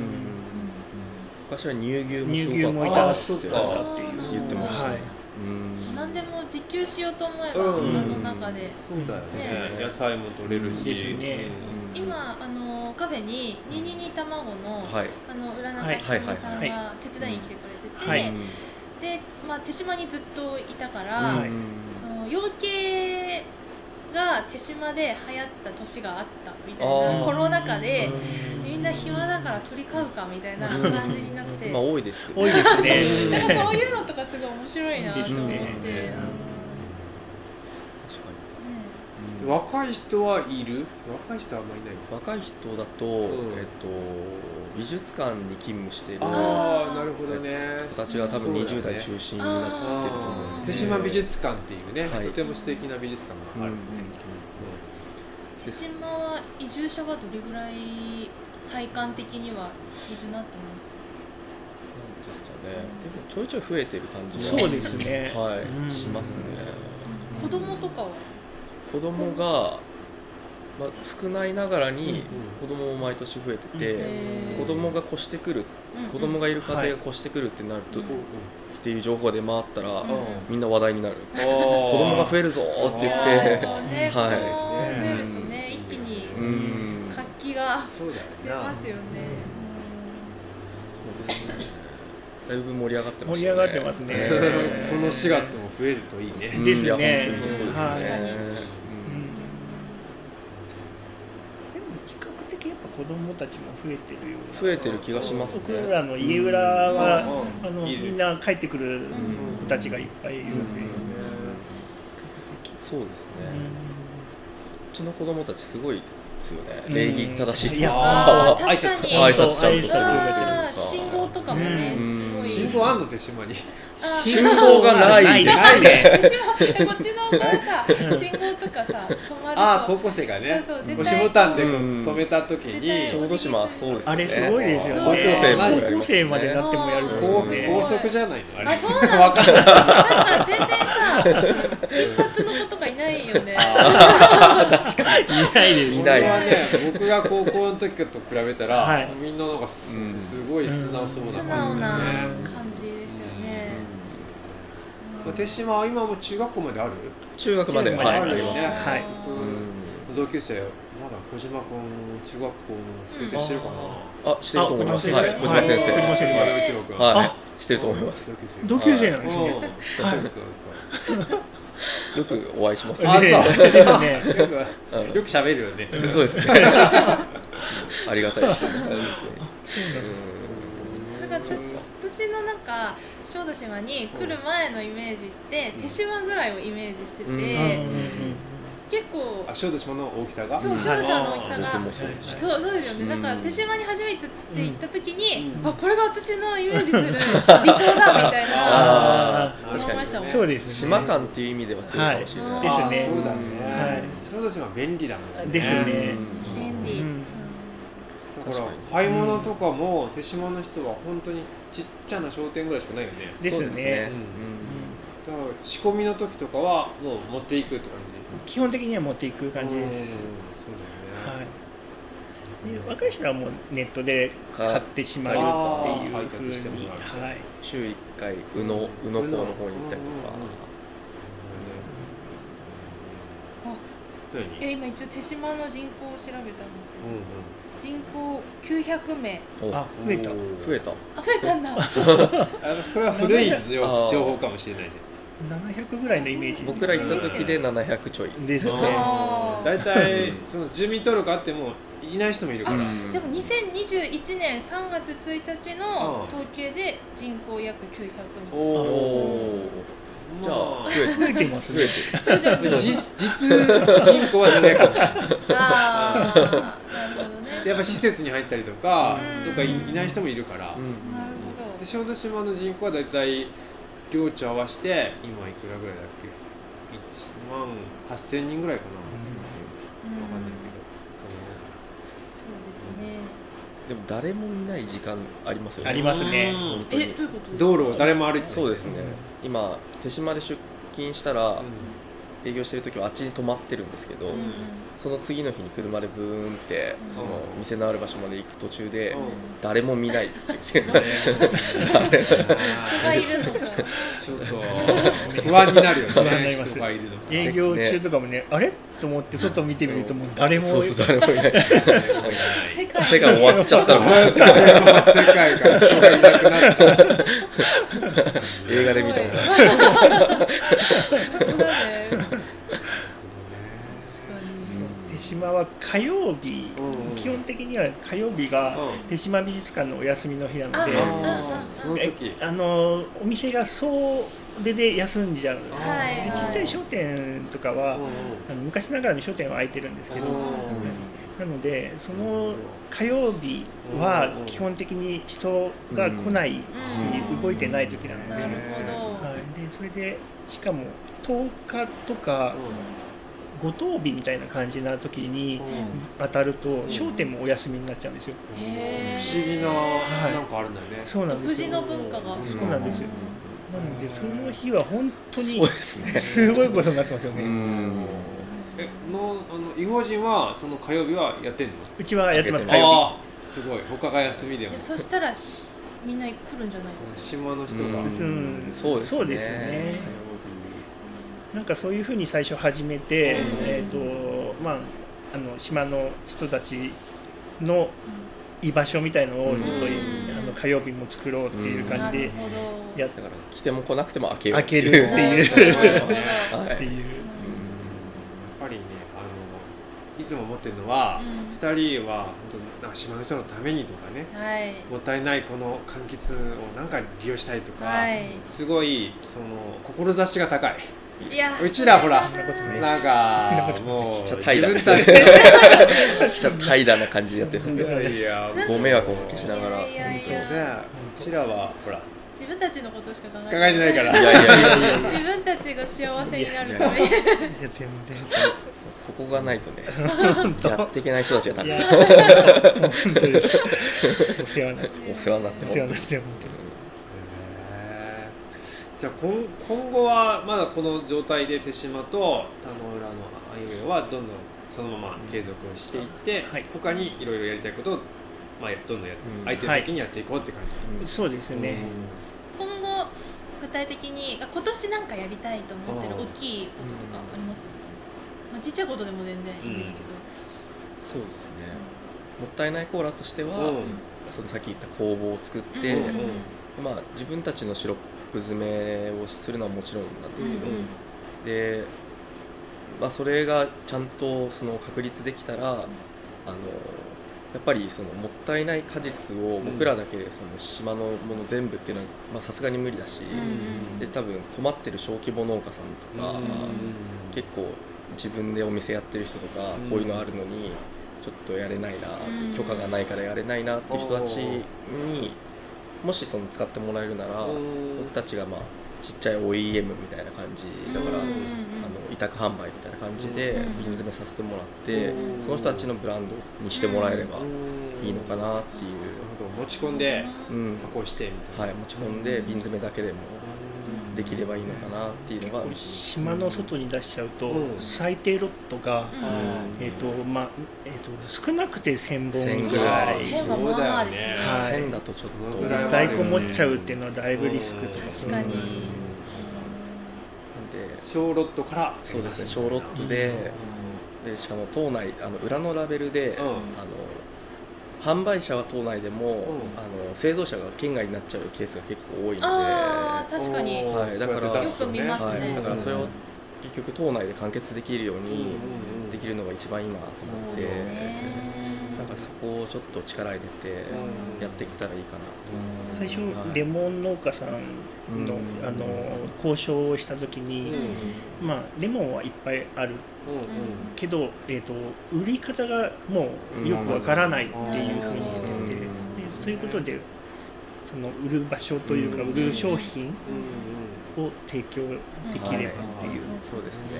[SPEAKER 5] 昔は乳牛も
[SPEAKER 4] 乳
[SPEAKER 5] す
[SPEAKER 4] 牛
[SPEAKER 5] ご
[SPEAKER 4] もい
[SPEAKER 5] か
[SPEAKER 4] た
[SPEAKER 5] っ
[SPEAKER 4] ったて
[SPEAKER 5] っ
[SPEAKER 4] い
[SPEAKER 5] て
[SPEAKER 4] う
[SPEAKER 3] あ
[SPEAKER 5] 言ってましたね、
[SPEAKER 4] はい
[SPEAKER 5] うん
[SPEAKER 3] 何でも自給しようと思えば、
[SPEAKER 2] うん
[SPEAKER 3] あの中で
[SPEAKER 2] そうだよね
[SPEAKER 5] ね
[SPEAKER 2] 野菜も取れるし
[SPEAKER 4] ですね
[SPEAKER 5] うん
[SPEAKER 3] 今あのカフェに「ににに卵の」
[SPEAKER 5] はい
[SPEAKER 3] あの浦中ひとみさん
[SPEAKER 4] はいは
[SPEAKER 3] が手伝いに来てくれてて、
[SPEAKER 4] はい
[SPEAKER 5] うん
[SPEAKER 3] で、まあ、手島にずっといたから、
[SPEAKER 4] は
[SPEAKER 5] う
[SPEAKER 4] い
[SPEAKER 5] ん
[SPEAKER 3] その養鶏が手島で流行った年があったみたい
[SPEAKER 5] あ
[SPEAKER 3] な
[SPEAKER 5] ー
[SPEAKER 3] コロナ禍で
[SPEAKER 4] うん
[SPEAKER 3] みんな暇だから鳥飼うかみたいな感じになって、
[SPEAKER 5] まあ多いですよね
[SPEAKER 4] 多いですね
[SPEAKER 3] なんかそういうのとかすごい面白いなと思って、
[SPEAKER 4] ですね
[SPEAKER 3] あの
[SPEAKER 5] 確か
[SPEAKER 3] ね
[SPEAKER 5] に、うん
[SPEAKER 2] 若い人はいる若い人はあんまりいないのか
[SPEAKER 5] 若い人だと、
[SPEAKER 2] うん
[SPEAKER 5] えっと、美術館に勤務している子
[SPEAKER 2] ああなるほどね
[SPEAKER 5] たちが多分
[SPEAKER 2] そう
[SPEAKER 5] 20
[SPEAKER 2] だね
[SPEAKER 5] 代中心になってると思う
[SPEAKER 2] あ
[SPEAKER 5] の
[SPEAKER 2] ー
[SPEAKER 5] で
[SPEAKER 2] 手島美術館っていうね、
[SPEAKER 5] はい
[SPEAKER 2] とても素敵な美術館
[SPEAKER 5] うん
[SPEAKER 2] が
[SPEAKER 5] う
[SPEAKER 2] あ
[SPEAKER 5] ん
[SPEAKER 2] る、
[SPEAKER 3] 手島は移住者はどれぐらい体感的にはいるなと
[SPEAKER 5] なんですかねでもちょいちょい増えてる感じが
[SPEAKER 4] そうですね
[SPEAKER 5] はい、
[SPEAKER 4] うん
[SPEAKER 5] しますね
[SPEAKER 3] 思います、子供とかは
[SPEAKER 5] 子供が、まあ、少ないながらに
[SPEAKER 2] う
[SPEAKER 5] 子供も毎年増えて
[SPEAKER 4] うん
[SPEAKER 5] て、
[SPEAKER 3] へー
[SPEAKER 5] 子供が越してくる子供がいる家庭が越してくるってなると、
[SPEAKER 3] うん
[SPEAKER 2] うんうん
[SPEAKER 5] っていう情報が出回ったら、
[SPEAKER 3] うん
[SPEAKER 5] みんな話題になる
[SPEAKER 2] あー
[SPEAKER 5] 子供が増えるぞーって言って
[SPEAKER 3] そうね、
[SPEAKER 5] はい
[SPEAKER 3] 子供が増えるとね、
[SPEAKER 2] うん
[SPEAKER 3] 一気に
[SPEAKER 5] うーん
[SPEAKER 3] 活気が
[SPEAKER 2] そうだよ
[SPEAKER 3] 出ますよね、
[SPEAKER 5] そうですねだいぶ盛り上がってま
[SPEAKER 4] 盛
[SPEAKER 5] し
[SPEAKER 4] り
[SPEAKER 5] たね
[SPEAKER 4] 上がってます ね
[SPEAKER 2] ねこの4月も増えるといいね
[SPEAKER 5] うん
[SPEAKER 4] ですね
[SPEAKER 5] いや本当にそうですね、
[SPEAKER 4] はい
[SPEAKER 5] うん
[SPEAKER 4] でも比較的やっぱ子供たちも増えてるような
[SPEAKER 5] 増えてる気がしますね
[SPEAKER 4] 僕らの家裏は、
[SPEAKER 2] うん
[SPEAKER 4] あの
[SPEAKER 2] いいね
[SPEAKER 4] みんな帰ってくる子たちがいっぱいいる
[SPEAKER 5] うん
[SPEAKER 4] んで、
[SPEAKER 5] そうです
[SPEAKER 4] う
[SPEAKER 5] ね、うんちの子供たちすごいですよね、礼儀正しいと
[SPEAKER 4] いや
[SPEAKER 5] か
[SPEAKER 3] あー確かに
[SPEAKER 5] 挨拶ちゃんとする
[SPEAKER 4] そう挨拶
[SPEAKER 3] あー信号とかもね、
[SPEAKER 5] うん
[SPEAKER 3] すごい
[SPEAKER 2] 信号あんの手島に
[SPEAKER 3] あー
[SPEAKER 5] 信号がないです
[SPEAKER 4] ないね
[SPEAKER 3] 私もこっちのお母さん信号とかさ止まると
[SPEAKER 2] ああ高校生がね
[SPEAKER 3] そうそう絶対
[SPEAKER 2] 押しボタンでこう
[SPEAKER 5] うん
[SPEAKER 2] 止めた時に
[SPEAKER 3] 絶
[SPEAKER 5] 小
[SPEAKER 3] 対
[SPEAKER 5] 豆島はそうですよね
[SPEAKER 4] あれすごいですよね
[SPEAKER 3] 高校生
[SPEAKER 2] もやりますね
[SPEAKER 4] 高校生までなってもやる
[SPEAKER 5] うん
[SPEAKER 2] 高
[SPEAKER 4] んで
[SPEAKER 2] 高速じゃないのあれ
[SPEAKER 3] あそうなん だ
[SPEAKER 2] わ かんない
[SPEAKER 3] なんか全然さ金髪の子とかいないよね
[SPEAKER 4] いないです
[SPEAKER 5] い
[SPEAKER 2] こ
[SPEAKER 5] な
[SPEAKER 2] れはね僕が高校の時と比べたら、
[SPEAKER 4] はい
[SPEAKER 2] みんななんかす,、
[SPEAKER 5] うん
[SPEAKER 2] ごい素直そうな
[SPEAKER 3] 素直
[SPEAKER 2] 感じ
[SPEAKER 3] な
[SPEAKER 2] だね、
[SPEAKER 3] 感じですよね
[SPEAKER 2] まあ手島は今も中学校まである
[SPEAKER 5] 中学まで
[SPEAKER 4] 中
[SPEAKER 5] は
[SPEAKER 4] 学
[SPEAKER 5] い
[SPEAKER 4] まで
[SPEAKER 5] あります
[SPEAKER 2] ね
[SPEAKER 5] ね、
[SPEAKER 4] はい
[SPEAKER 5] うん
[SPEAKER 2] 同級生まだ小島君中学校の先生してるかな、
[SPEAKER 5] あしてると思います
[SPEAKER 4] あ
[SPEAKER 5] は
[SPEAKER 4] 小
[SPEAKER 5] い
[SPEAKER 4] 島
[SPEAKER 5] 小島先
[SPEAKER 4] 先生
[SPEAKER 5] 生
[SPEAKER 4] 小島先生
[SPEAKER 2] 丸内郎君
[SPEAKER 5] はいしてると思います
[SPEAKER 2] 同級生
[SPEAKER 4] 同級生なんです
[SPEAKER 2] うん
[SPEAKER 4] ね
[SPEAKER 2] そうそう
[SPEAKER 5] よくお会いします
[SPEAKER 2] あそう
[SPEAKER 4] ですね
[SPEAKER 2] そうよ
[SPEAKER 5] うん
[SPEAKER 2] くよく喋るよね
[SPEAKER 5] そう ですねありがたいですね本当に
[SPEAKER 3] なんか私私のなんか小豆島に来る前のイメージって手島ぐらいをイメージして
[SPEAKER 5] うん
[SPEAKER 4] うん
[SPEAKER 3] て結構
[SPEAKER 2] あ小豆島の大きさが
[SPEAKER 3] そう
[SPEAKER 5] うん
[SPEAKER 3] 小豆島の大きさ
[SPEAKER 5] うん
[SPEAKER 3] が
[SPEAKER 5] 僕もそうでした
[SPEAKER 3] そうそうですよね、
[SPEAKER 5] うん
[SPEAKER 3] なんか手島に初めてって行った時に、
[SPEAKER 2] うん
[SPEAKER 3] あこれが私のイメージする離島だみたいな
[SPEAKER 5] あ
[SPEAKER 2] ー
[SPEAKER 5] ー確か
[SPEAKER 3] 思
[SPEAKER 5] に
[SPEAKER 3] いましたもん
[SPEAKER 4] そうですね
[SPEAKER 5] 島感っていう意味では強いかもしれない、
[SPEAKER 4] です
[SPEAKER 2] あ
[SPEAKER 4] ね
[SPEAKER 2] そうだね、
[SPEAKER 4] はい
[SPEAKER 2] 小豆島便利だもんね
[SPEAKER 4] ですね
[SPEAKER 3] 便利、う
[SPEAKER 4] う
[SPEAKER 3] んん
[SPEAKER 2] だから
[SPEAKER 5] 確かに
[SPEAKER 2] 買い物とかも手島の人は本当にちっちゃな商店ぐらいしかないよね
[SPEAKER 4] です
[SPEAKER 5] そう
[SPEAKER 4] ね
[SPEAKER 2] だから仕込みの時とかはもう持っていくって感じ
[SPEAKER 4] 基本的には持っていく感じで
[SPEAKER 2] う
[SPEAKER 4] す
[SPEAKER 2] んそうだよ
[SPEAKER 4] は
[SPEAKER 2] ね、
[SPEAKER 4] いで若い人はもうネットで買ってしまうっていうふう
[SPEAKER 2] あー配達しても
[SPEAKER 4] に、
[SPEAKER 2] らう
[SPEAKER 4] はい、
[SPEAKER 5] 週1回宇野宇野港の方に行ったりとか、
[SPEAKER 2] 何
[SPEAKER 3] いや今一応手島の人口を調べたの
[SPEAKER 2] うんうん
[SPEAKER 3] 人口900名
[SPEAKER 5] お
[SPEAKER 4] あ増えた
[SPEAKER 2] おー
[SPEAKER 5] 増えた
[SPEAKER 3] あ増えたんだ
[SPEAKER 2] あこれは古い情
[SPEAKER 5] あー
[SPEAKER 2] 情報かもしれないじ
[SPEAKER 4] 700ぐらいのイメージ
[SPEAKER 5] 僕ら行った時で700ちょい、
[SPEAKER 4] です
[SPEAKER 2] ゃん
[SPEAKER 4] ね
[SPEAKER 3] あー
[SPEAKER 2] 大体その住民登録あってもいない人もいるから
[SPEAKER 3] でも2021年3月1日
[SPEAKER 2] うん
[SPEAKER 3] の統計で人口約900人
[SPEAKER 5] お
[SPEAKER 2] お
[SPEAKER 5] お
[SPEAKER 2] ー
[SPEAKER 5] じゃあ
[SPEAKER 2] ま
[SPEAKER 5] 増えて
[SPEAKER 4] 増えてます
[SPEAKER 5] 増え
[SPEAKER 4] ね
[SPEAKER 5] て
[SPEAKER 3] 徐々
[SPEAKER 2] あ 実
[SPEAKER 3] に
[SPEAKER 2] 実人口は出ないかもしれない
[SPEAKER 3] ああなるほどね
[SPEAKER 2] やっぱ施設に入ったりとか
[SPEAKER 3] うん
[SPEAKER 2] とかいいない人もいるから、
[SPEAKER 5] る、うん
[SPEAKER 3] なるほ
[SPEAKER 2] で
[SPEAKER 3] ど
[SPEAKER 2] 小豆島の人口はだいたい領地合わせて今いくらぐらいだっけ1万8000人ぐらいかな、
[SPEAKER 3] うん
[SPEAKER 2] わかんない
[SPEAKER 3] そうですね
[SPEAKER 5] でも誰も見ない時間ありますよね
[SPEAKER 4] ありますね
[SPEAKER 2] うん
[SPEAKER 5] 本当
[SPEAKER 3] えど
[SPEAKER 5] に
[SPEAKER 3] ういうこと
[SPEAKER 2] けど道路を誰も歩いてない
[SPEAKER 5] そうですね今手島で出勤したら、
[SPEAKER 2] うん
[SPEAKER 5] 営業してる時はあっちに泊まってるんですけど、
[SPEAKER 3] うんうん
[SPEAKER 5] その次の日に車でブーンって
[SPEAKER 3] うん
[SPEAKER 5] その店のある場所まで行く途中で
[SPEAKER 2] うん
[SPEAKER 5] 誰も見ないって言って
[SPEAKER 3] 人がいるのか
[SPEAKER 2] ちょっと不安になるよ
[SPEAKER 4] 不安にな
[SPEAKER 2] ね
[SPEAKER 4] ります
[SPEAKER 2] 人がいるのか
[SPEAKER 4] 営業中とかもねあれと思って外見てみるともう誰も
[SPEAKER 5] そうそう誰もいない
[SPEAKER 3] 世界
[SPEAKER 5] 世界終わっちゃった の
[SPEAKER 2] 世界から人がいなくな った
[SPEAKER 5] 映画で見たことある
[SPEAKER 3] 本当だね確か
[SPEAKER 4] 手島は火曜日、
[SPEAKER 2] うんうん
[SPEAKER 4] 基本的には火曜日が
[SPEAKER 2] うん
[SPEAKER 4] 手島美術館のお休みの日なので
[SPEAKER 3] あ
[SPEAKER 2] あーその時
[SPEAKER 4] えあのお店が総出で休んじゃうで
[SPEAKER 3] はい
[SPEAKER 4] ちっちゃい商店とかは、あの昔ながらの商店は開いてるんですけど、なのでその火曜日は基本的に人が来ないし、
[SPEAKER 3] うん
[SPEAKER 4] 動いてない時なの
[SPEAKER 3] に
[SPEAKER 4] で,、
[SPEAKER 3] なるほど、
[SPEAKER 4] はい、でそれでしかも10日とか五等日みたいな感じな時に当たると
[SPEAKER 2] ん
[SPEAKER 4] 商店もお休みになっちゃうんですよ。
[SPEAKER 3] へ
[SPEAKER 2] 不思議な、
[SPEAKER 4] はい
[SPEAKER 2] なんかあるんだよね。
[SPEAKER 4] そうなん
[SPEAKER 3] 独
[SPEAKER 4] です
[SPEAKER 3] 自
[SPEAKER 4] よ
[SPEAKER 3] の文化が
[SPEAKER 5] そうなんですよ
[SPEAKER 4] なのでその日は本当に
[SPEAKER 5] そうですね
[SPEAKER 4] すごいことになってますよ
[SPEAKER 5] う
[SPEAKER 4] ね。
[SPEAKER 5] ん
[SPEAKER 2] え、の、あの、違法人は、その火曜日はやってんの。
[SPEAKER 4] うちはやってます
[SPEAKER 5] 火
[SPEAKER 4] 火
[SPEAKER 5] 曜日
[SPEAKER 4] 曜
[SPEAKER 2] あーすごい、他が休みで
[SPEAKER 3] い
[SPEAKER 2] も
[SPEAKER 3] や。そしたらしみんな来るんじゃないですか
[SPEAKER 2] 島の人が。
[SPEAKER 5] う
[SPEAKER 4] うんん
[SPEAKER 5] そうですね
[SPEAKER 4] そうですよね日なんかそういうふうに最初始めて、
[SPEAKER 3] うん
[SPEAKER 4] えっ、とまああの島の人たちの居場所みたいのをちょっと、
[SPEAKER 3] うん
[SPEAKER 4] あの火曜日も作ろうっていう感じで
[SPEAKER 3] なるほど
[SPEAKER 4] やっ
[SPEAKER 5] だから来ても来なくても開ける
[SPEAKER 4] 開けるってい
[SPEAKER 3] いう
[SPEAKER 4] う
[SPEAKER 5] は
[SPEAKER 4] て
[SPEAKER 5] い
[SPEAKER 4] いう。
[SPEAKER 2] やっぱりね、あの、いつも思ってるのは、二人は、本当、なんか島の人のためにとかね。
[SPEAKER 3] はい
[SPEAKER 2] もったいないこの柑橘をなんか利用したいとか、
[SPEAKER 3] はい
[SPEAKER 2] すごいその志が高い
[SPEAKER 3] いや
[SPEAKER 2] うちらほら
[SPEAKER 4] そんなことない
[SPEAKER 2] なん かもう自
[SPEAKER 5] ちょっと怠惰
[SPEAKER 2] 分たちの
[SPEAKER 5] ちょっと怠惰な感じでやってるん
[SPEAKER 2] い
[SPEAKER 5] で
[SPEAKER 2] やいやもう
[SPEAKER 5] ご迷惑をおかけしながら
[SPEAKER 3] いやいやい
[SPEAKER 2] ね
[SPEAKER 3] や
[SPEAKER 2] うちらはほら考
[SPEAKER 3] 自分たちのことしか考え
[SPEAKER 2] えてないから
[SPEAKER 5] いやいやいや
[SPEAKER 3] 自分たちが幸せになるために
[SPEAKER 4] いや全然
[SPEAKER 5] ここがないとねやっていけない人たちがた
[SPEAKER 4] い
[SPEAKER 5] く
[SPEAKER 4] や
[SPEAKER 5] さん
[SPEAKER 4] 本当です。お世話になって
[SPEAKER 5] お世話になって
[SPEAKER 4] お
[SPEAKER 5] も
[SPEAKER 4] 世話になって本当に。
[SPEAKER 2] へーじゃあ今今後はまだこの状態で手島と田野浦のあゆめはどんどんそのまま継続していって、
[SPEAKER 4] はい
[SPEAKER 2] 他にいろいろやりたいことを、まあ、どんどんやって、
[SPEAKER 5] うん
[SPEAKER 2] 相手の時にやっていこうって感じ、
[SPEAKER 4] そうですね。
[SPEAKER 3] 今後具体的にあ今年なんかやりたいと思ってる大きいこととかありますまあちっちゃいことでも全然いいんですけ
[SPEAKER 5] そうですねもったいないコーラとして
[SPEAKER 2] うん
[SPEAKER 5] はそのさっき言った工房を作って
[SPEAKER 2] うん
[SPEAKER 3] うん
[SPEAKER 5] まあ自分たちのシロップ詰めをするのはもちろんなんですけど
[SPEAKER 3] うんうん
[SPEAKER 5] でまあそれがちゃんとその確立できたらあのやっぱりそのもったいない果実を僕らだけでその島のもの全部っていうのはまあさすがに無理だし
[SPEAKER 3] うん
[SPEAKER 5] で多分困ってる小規模農家さんとか、結構自分でお店やってる人とか、
[SPEAKER 2] うん
[SPEAKER 5] こういうのあるのにちょっとやれないな、
[SPEAKER 3] うん
[SPEAKER 5] 許可がないからやれないなっていう人たちにもしその使ってもらえるなら、
[SPEAKER 2] うん
[SPEAKER 5] 僕たちがまあちっちゃい OEM みたいな感じだから、
[SPEAKER 3] うんうん
[SPEAKER 5] あの委託販売みたいな感じで
[SPEAKER 3] うん
[SPEAKER 5] 瓶詰めさせてもらって、
[SPEAKER 2] うん
[SPEAKER 5] その人たちのブランドにしてもらえればいいの
[SPEAKER 2] な
[SPEAKER 5] か
[SPEAKER 2] る
[SPEAKER 5] なっていう、
[SPEAKER 2] ほど持ち込んで
[SPEAKER 5] う
[SPEAKER 3] うん
[SPEAKER 5] ん
[SPEAKER 2] 加工してみた
[SPEAKER 5] はい
[SPEAKER 2] な、
[SPEAKER 5] い、持ち込んで瓶詰めだけでもできればいいのかなっていうのが
[SPEAKER 4] こう島の外に出しちゃうと、
[SPEAKER 2] うん
[SPEAKER 4] 最低ロットが、
[SPEAKER 3] うん
[SPEAKER 2] うん
[SPEAKER 4] えっ、とまあえっ、と少なくて1000
[SPEAKER 5] 1000
[SPEAKER 4] 本
[SPEAKER 5] ぐ
[SPEAKER 4] ぐ
[SPEAKER 5] ら
[SPEAKER 4] ら
[SPEAKER 5] い
[SPEAKER 4] い。
[SPEAKER 3] 線はまあまあですね
[SPEAKER 4] はい
[SPEAKER 5] 線だとちょっと、
[SPEAKER 2] そのぐらいは
[SPEAKER 4] 在庫持っちゃうっていうのはだいぶリスクとか
[SPEAKER 3] 確
[SPEAKER 5] か
[SPEAKER 3] か
[SPEAKER 5] に
[SPEAKER 3] に
[SPEAKER 5] なんで
[SPEAKER 2] 小ロットから
[SPEAKER 5] そうですね小ロットででしかも島内あの裏のラベルで、
[SPEAKER 2] うん
[SPEAKER 5] あの販売者は島内でも、
[SPEAKER 2] ん
[SPEAKER 5] あの製造者が県外になっちゃうケースが結構多いので、
[SPEAKER 3] あ
[SPEAKER 5] は
[SPEAKER 3] ー確かに
[SPEAKER 2] おー
[SPEAKER 5] はいだから
[SPEAKER 2] そうやって出すとね
[SPEAKER 3] よく見ますね
[SPEAKER 5] い、だからそれ
[SPEAKER 2] う
[SPEAKER 5] を
[SPEAKER 2] ん
[SPEAKER 5] 結局島内で完結できるように
[SPEAKER 2] うんうん
[SPEAKER 5] できるのが一番いいなと思
[SPEAKER 3] そ
[SPEAKER 5] っ
[SPEAKER 3] う
[SPEAKER 5] て、
[SPEAKER 3] ですね
[SPEAKER 5] なんかそこをちょっと力入れて
[SPEAKER 2] うん
[SPEAKER 5] やっていけたらいいかなと、
[SPEAKER 4] 最初
[SPEAKER 5] はい
[SPEAKER 4] レモン農家さんの,、
[SPEAKER 5] うん
[SPEAKER 4] あの交渉をした時に、
[SPEAKER 3] うん
[SPEAKER 4] まあ、レモンはいっぱいある
[SPEAKER 2] うんうん
[SPEAKER 4] けど、えっと売り方がもうよくわからないっていうふうに言ってて、
[SPEAKER 5] うん
[SPEAKER 4] でそういうことでその売る場所というか、
[SPEAKER 5] うん
[SPEAKER 4] 売る商品
[SPEAKER 2] うん
[SPEAKER 4] を提供できればってい
[SPEAKER 2] う
[SPEAKER 4] う、
[SPEAKER 2] ん
[SPEAKER 5] そうですね、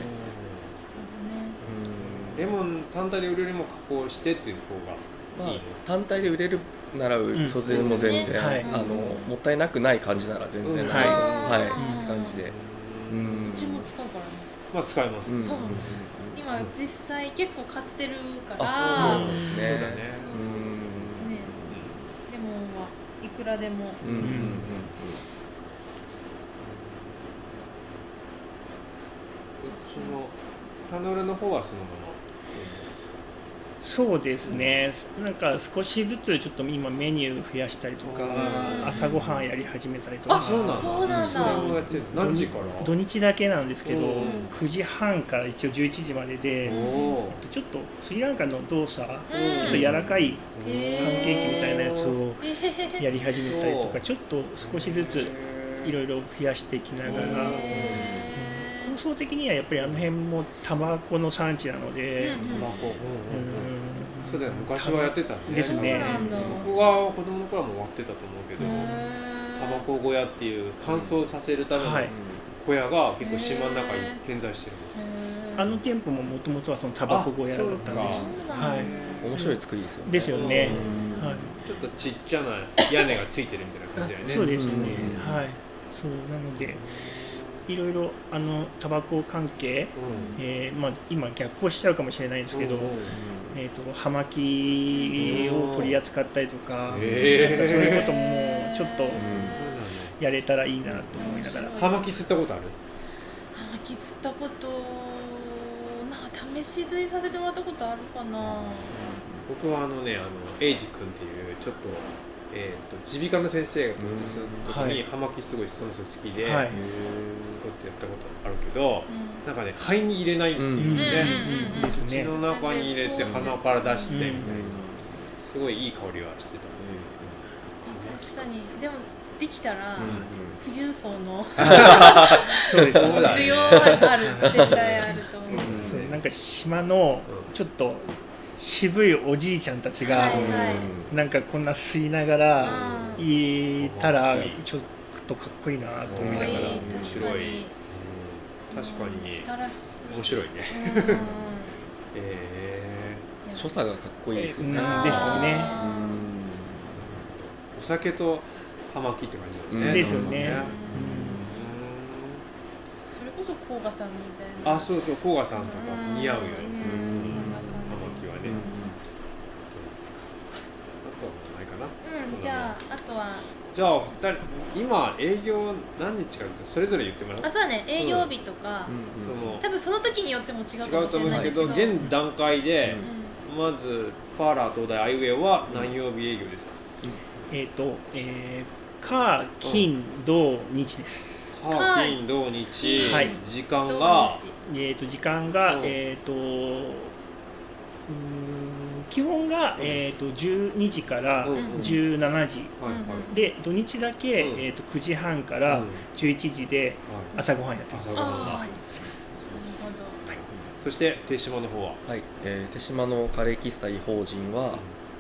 [SPEAKER 5] うん
[SPEAKER 2] レモン単体で売るよりも加工してっていう方
[SPEAKER 5] ま
[SPEAKER 2] が
[SPEAKER 5] あ
[SPEAKER 2] いいの、、
[SPEAKER 5] 単体で売れるなら、
[SPEAKER 4] ん
[SPEAKER 5] それでも全
[SPEAKER 3] そうです
[SPEAKER 5] 然、
[SPEAKER 4] ねはい
[SPEAKER 5] あのもったいなくない感じなら全然、
[SPEAKER 2] うん
[SPEAKER 5] はい
[SPEAKER 4] はい
[SPEAKER 5] って感じで、
[SPEAKER 2] う
[SPEAKER 5] う
[SPEAKER 2] ん
[SPEAKER 5] ん
[SPEAKER 3] うちも使うからね
[SPEAKER 2] ままあ使います、
[SPEAKER 5] うんうんうん
[SPEAKER 3] 今実際結構買ってるか
[SPEAKER 5] あそう
[SPEAKER 3] ら
[SPEAKER 5] なんですね
[SPEAKER 2] そうだね
[SPEAKER 5] うんうん
[SPEAKER 3] ねレモンはいくらでも
[SPEAKER 5] うんうんうんうん
[SPEAKER 2] そのタノールの方はそのま
[SPEAKER 4] そうですね、なんか少しずつちょっと今メニュー増やしたりとか
[SPEAKER 2] うん
[SPEAKER 4] 朝ごはんやり始めたりと
[SPEAKER 2] ま
[SPEAKER 4] か
[SPEAKER 2] あそうなんだ
[SPEAKER 3] そうなんだ
[SPEAKER 2] そうやって何時から
[SPEAKER 4] 土日だけなんですけど
[SPEAKER 2] うん
[SPEAKER 4] 9時半から一応11時までで
[SPEAKER 2] おお
[SPEAKER 4] ちょっとスリランカの動作ちょ
[SPEAKER 3] うん
[SPEAKER 4] っと柔らか
[SPEAKER 3] へ
[SPEAKER 4] いパンケ
[SPEAKER 3] ー
[SPEAKER 4] ーキみたいなやつを
[SPEAKER 3] えへへへ
[SPEAKER 4] やり始めたりと
[SPEAKER 2] そう
[SPEAKER 4] かちょっと少しずついろ
[SPEAKER 2] い
[SPEAKER 4] いろ増やしていきながら
[SPEAKER 3] へー
[SPEAKER 4] 構想的にはやっぱりあの辺もタバコの産地なので
[SPEAKER 3] うん
[SPEAKER 2] ろ
[SPEAKER 4] うん
[SPEAKER 2] そうだよ昔はやってたん
[SPEAKER 4] ですね
[SPEAKER 3] そうなんだ
[SPEAKER 2] 僕は子供の頃はもう終わってたと思うけど
[SPEAKER 3] へー
[SPEAKER 2] タバコ小屋っていう乾燥させるための
[SPEAKER 4] はい
[SPEAKER 2] 小屋が結構島の中に点在してる
[SPEAKER 3] へー
[SPEAKER 4] あの店舗ももともとはそのタバコ小屋だったん
[SPEAKER 2] あそ
[SPEAKER 4] で
[SPEAKER 2] う
[SPEAKER 4] す
[SPEAKER 3] そうなんだ
[SPEAKER 4] はい
[SPEAKER 5] うん面白い作りですよね
[SPEAKER 4] ですよね
[SPEAKER 5] うん
[SPEAKER 4] はい
[SPEAKER 2] ちょっとちっちゃな屋根がついてるみたいな感じだよね
[SPEAKER 4] そうですね、
[SPEAKER 5] うん
[SPEAKER 4] はいそうなのでいろいろあのタバコ関係、
[SPEAKER 2] うん
[SPEAKER 4] えーまあ、今逆行しちゃうかもしれないんですけど、
[SPEAKER 2] うん
[SPEAKER 4] えー、と葉巻を取り扱ったりとか、
[SPEAKER 2] へー
[SPEAKER 4] そういうこともちょっと
[SPEAKER 5] う
[SPEAKER 4] やれたらいいなと思いながら、
[SPEAKER 2] 葉巻吸ったことある
[SPEAKER 3] あ巻き釣ったことなんか試し釣りさせてもらったことあるかな
[SPEAKER 2] 僕はあのねあのエイジ君っていうちょっとえーと耳鼻科の先生がプロデュースした時
[SPEAKER 4] うんは
[SPEAKER 2] に
[SPEAKER 4] い
[SPEAKER 2] 葉巻すごいその人好きで
[SPEAKER 4] はい
[SPEAKER 2] すごってやったことあるけど
[SPEAKER 3] う
[SPEAKER 2] なんかね肺に入れないっていうね
[SPEAKER 3] んうん
[SPEAKER 4] です
[SPEAKER 2] 口
[SPEAKER 4] ね
[SPEAKER 2] の中に入れて鼻から出してみたいなすごいいい香りはしてたね
[SPEAKER 3] ん確かにでもできたら
[SPEAKER 5] ん
[SPEAKER 3] 富裕層の
[SPEAKER 4] そうです
[SPEAKER 2] そうだね
[SPEAKER 3] 需要はある絶対あると思う
[SPEAKER 5] うん
[SPEAKER 4] そうなんか島の
[SPEAKER 2] うん
[SPEAKER 4] ちょっと渋いおじいちゃんたち
[SPEAKER 3] は
[SPEAKER 4] が
[SPEAKER 3] い
[SPEAKER 4] なんかこんな吸いながら
[SPEAKER 3] うん
[SPEAKER 4] いたらちょっとかっこいいなと思い
[SPEAKER 3] かっ
[SPEAKER 4] な
[SPEAKER 3] こ
[SPEAKER 4] が
[SPEAKER 3] いい
[SPEAKER 4] ら。
[SPEAKER 2] 面
[SPEAKER 3] 確
[SPEAKER 2] 白
[SPEAKER 3] か
[SPEAKER 2] い
[SPEAKER 3] に
[SPEAKER 2] 確かに
[SPEAKER 3] 新しい
[SPEAKER 2] 面白いね
[SPEAKER 3] うん
[SPEAKER 2] え
[SPEAKER 3] いや
[SPEAKER 5] 所作がかっこいいですよね
[SPEAKER 4] うんですね
[SPEAKER 2] ーお酒と葉巻って感じだよね
[SPEAKER 4] ですよね
[SPEAKER 2] なんか
[SPEAKER 3] それこそ甲賀さんみたいな
[SPEAKER 2] あそうそう甲賀さんとか似合うよね
[SPEAKER 3] ね
[SPEAKER 5] うん
[SPEAKER 3] そん
[SPEAKER 2] 葉
[SPEAKER 3] な感じ
[SPEAKER 2] 巻はねそうですかあとはもうないかな
[SPEAKER 3] うんじゃああとは
[SPEAKER 2] じゃあお二人今営業何日かってそれぞれ言ってもらう
[SPEAKER 3] あそうだね営業日とか、
[SPEAKER 2] その
[SPEAKER 3] 多分その時によっても違うか
[SPEAKER 2] 違う
[SPEAKER 3] もし
[SPEAKER 2] と
[SPEAKER 3] れ
[SPEAKER 2] 思
[SPEAKER 3] な
[SPEAKER 2] う
[SPEAKER 3] い
[SPEAKER 2] け
[SPEAKER 3] です
[SPEAKER 2] ど
[SPEAKER 3] けど
[SPEAKER 2] 現段階で
[SPEAKER 5] うん
[SPEAKER 2] まずパーラー東大アイウェイは何曜日営業ですか
[SPEAKER 4] えっ、と、えー、火、金、土、日です。
[SPEAKER 2] 火
[SPEAKER 3] はい
[SPEAKER 2] 金土日
[SPEAKER 4] はい
[SPEAKER 2] 時間
[SPEAKER 3] 土
[SPEAKER 2] が
[SPEAKER 3] 日
[SPEAKER 4] えっ、と、時間が、
[SPEAKER 2] うん
[SPEAKER 4] えっ、と、うーん基本が、えっ、と、12時から
[SPEAKER 2] うん
[SPEAKER 3] うん
[SPEAKER 4] 17時。
[SPEAKER 2] はいはい
[SPEAKER 4] で、土日だけ、
[SPEAKER 2] うん
[SPEAKER 4] えっ、と、9時半か
[SPEAKER 2] う
[SPEAKER 4] ら
[SPEAKER 2] んはい
[SPEAKER 4] 11時で朝ごはんやってます。
[SPEAKER 2] 朝ごはんだ
[SPEAKER 3] あ
[SPEAKER 2] そうです
[SPEAKER 3] なる
[SPEAKER 2] そして手島の方は
[SPEAKER 5] はい、えー手島のカレー喫茶異邦人は、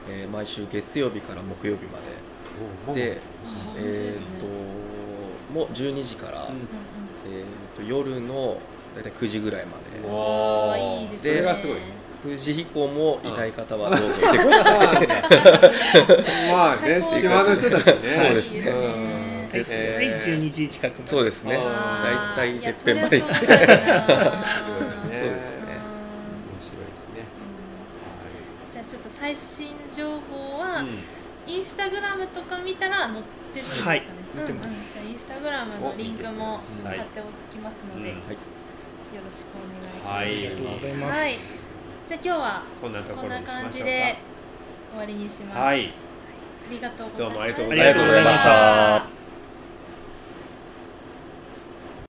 [SPEAKER 5] えー毎週月曜日から木曜日ま
[SPEAKER 2] おう
[SPEAKER 5] でで、
[SPEAKER 3] ほど
[SPEAKER 5] えーっともう12時から、
[SPEAKER 2] うん
[SPEAKER 5] えーっと夜の大体9時ぐらいま
[SPEAKER 2] う
[SPEAKER 5] で
[SPEAKER 2] わ
[SPEAKER 3] ああーいいですね
[SPEAKER 5] でそれ
[SPEAKER 2] がすごいね
[SPEAKER 5] 9時以降も痛い方はどうぞ来てください
[SPEAKER 2] まあね島の人たちね
[SPEAKER 5] そうですね
[SPEAKER 3] いいね
[SPEAKER 4] はい、
[SPEAKER 2] えー
[SPEAKER 4] 12 時近くまで。
[SPEAKER 5] そうですね
[SPEAKER 2] あ
[SPEAKER 3] あー
[SPEAKER 5] 大体
[SPEAKER 3] いや
[SPEAKER 5] てっぺ んまで
[SPEAKER 3] そりゃそうだよな
[SPEAKER 2] そう
[SPEAKER 5] そうですね
[SPEAKER 2] 面白いですね
[SPEAKER 3] うん
[SPEAKER 2] は
[SPEAKER 3] じゃあちょっと最新情報は、
[SPEAKER 2] いうん
[SPEAKER 3] インスタグラムとか見たら載ってるんですかね、
[SPEAKER 4] はい
[SPEAKER 3] うん
[SPEAKER 4] 載ってます
[SPEAKER 3] うんじゃあインスタグラムのリンクも
[SPEAKER 2] は
[SPEAKER 3] 貼
[SPEAKER 2] い
[SPEAKER 3] っておきますので、
[SPEAKER 2] うん
[SPEAKER 3] よ
[SPEAKER 5] はい
[SPEAKER 3] ろしくお願いします、
[SPEAKER 2] は
[SPEAKER 4] あ
[SPEAKER 2] い
[SPEAKER 4] りがとうございます。
[SPEAKER 3] はい、じゃあ今日は
[SPEAKER 2] こんなとこ
[SPEAKER 3] こ
[SPEAKER 2] ろ
[SPEAKER 3] んな
[SPEAKER 2] にしま
[SPEAKER 3] 感
[SPEAKER 2] し
[SPEAKER 3] じ
[SPEAKER 2] ょう
[SPEAKER 3] で
[SPEAKER 2] か
[SPEAKER 3] 終わりにします。
[SPEAKER 2] はい
[SPEAKER 3] ありがとうございました
[SPEAKER 2] どうもありがとうご
[SPEAKER 4] ざいました
[SPEAKER 5] ありがとうございました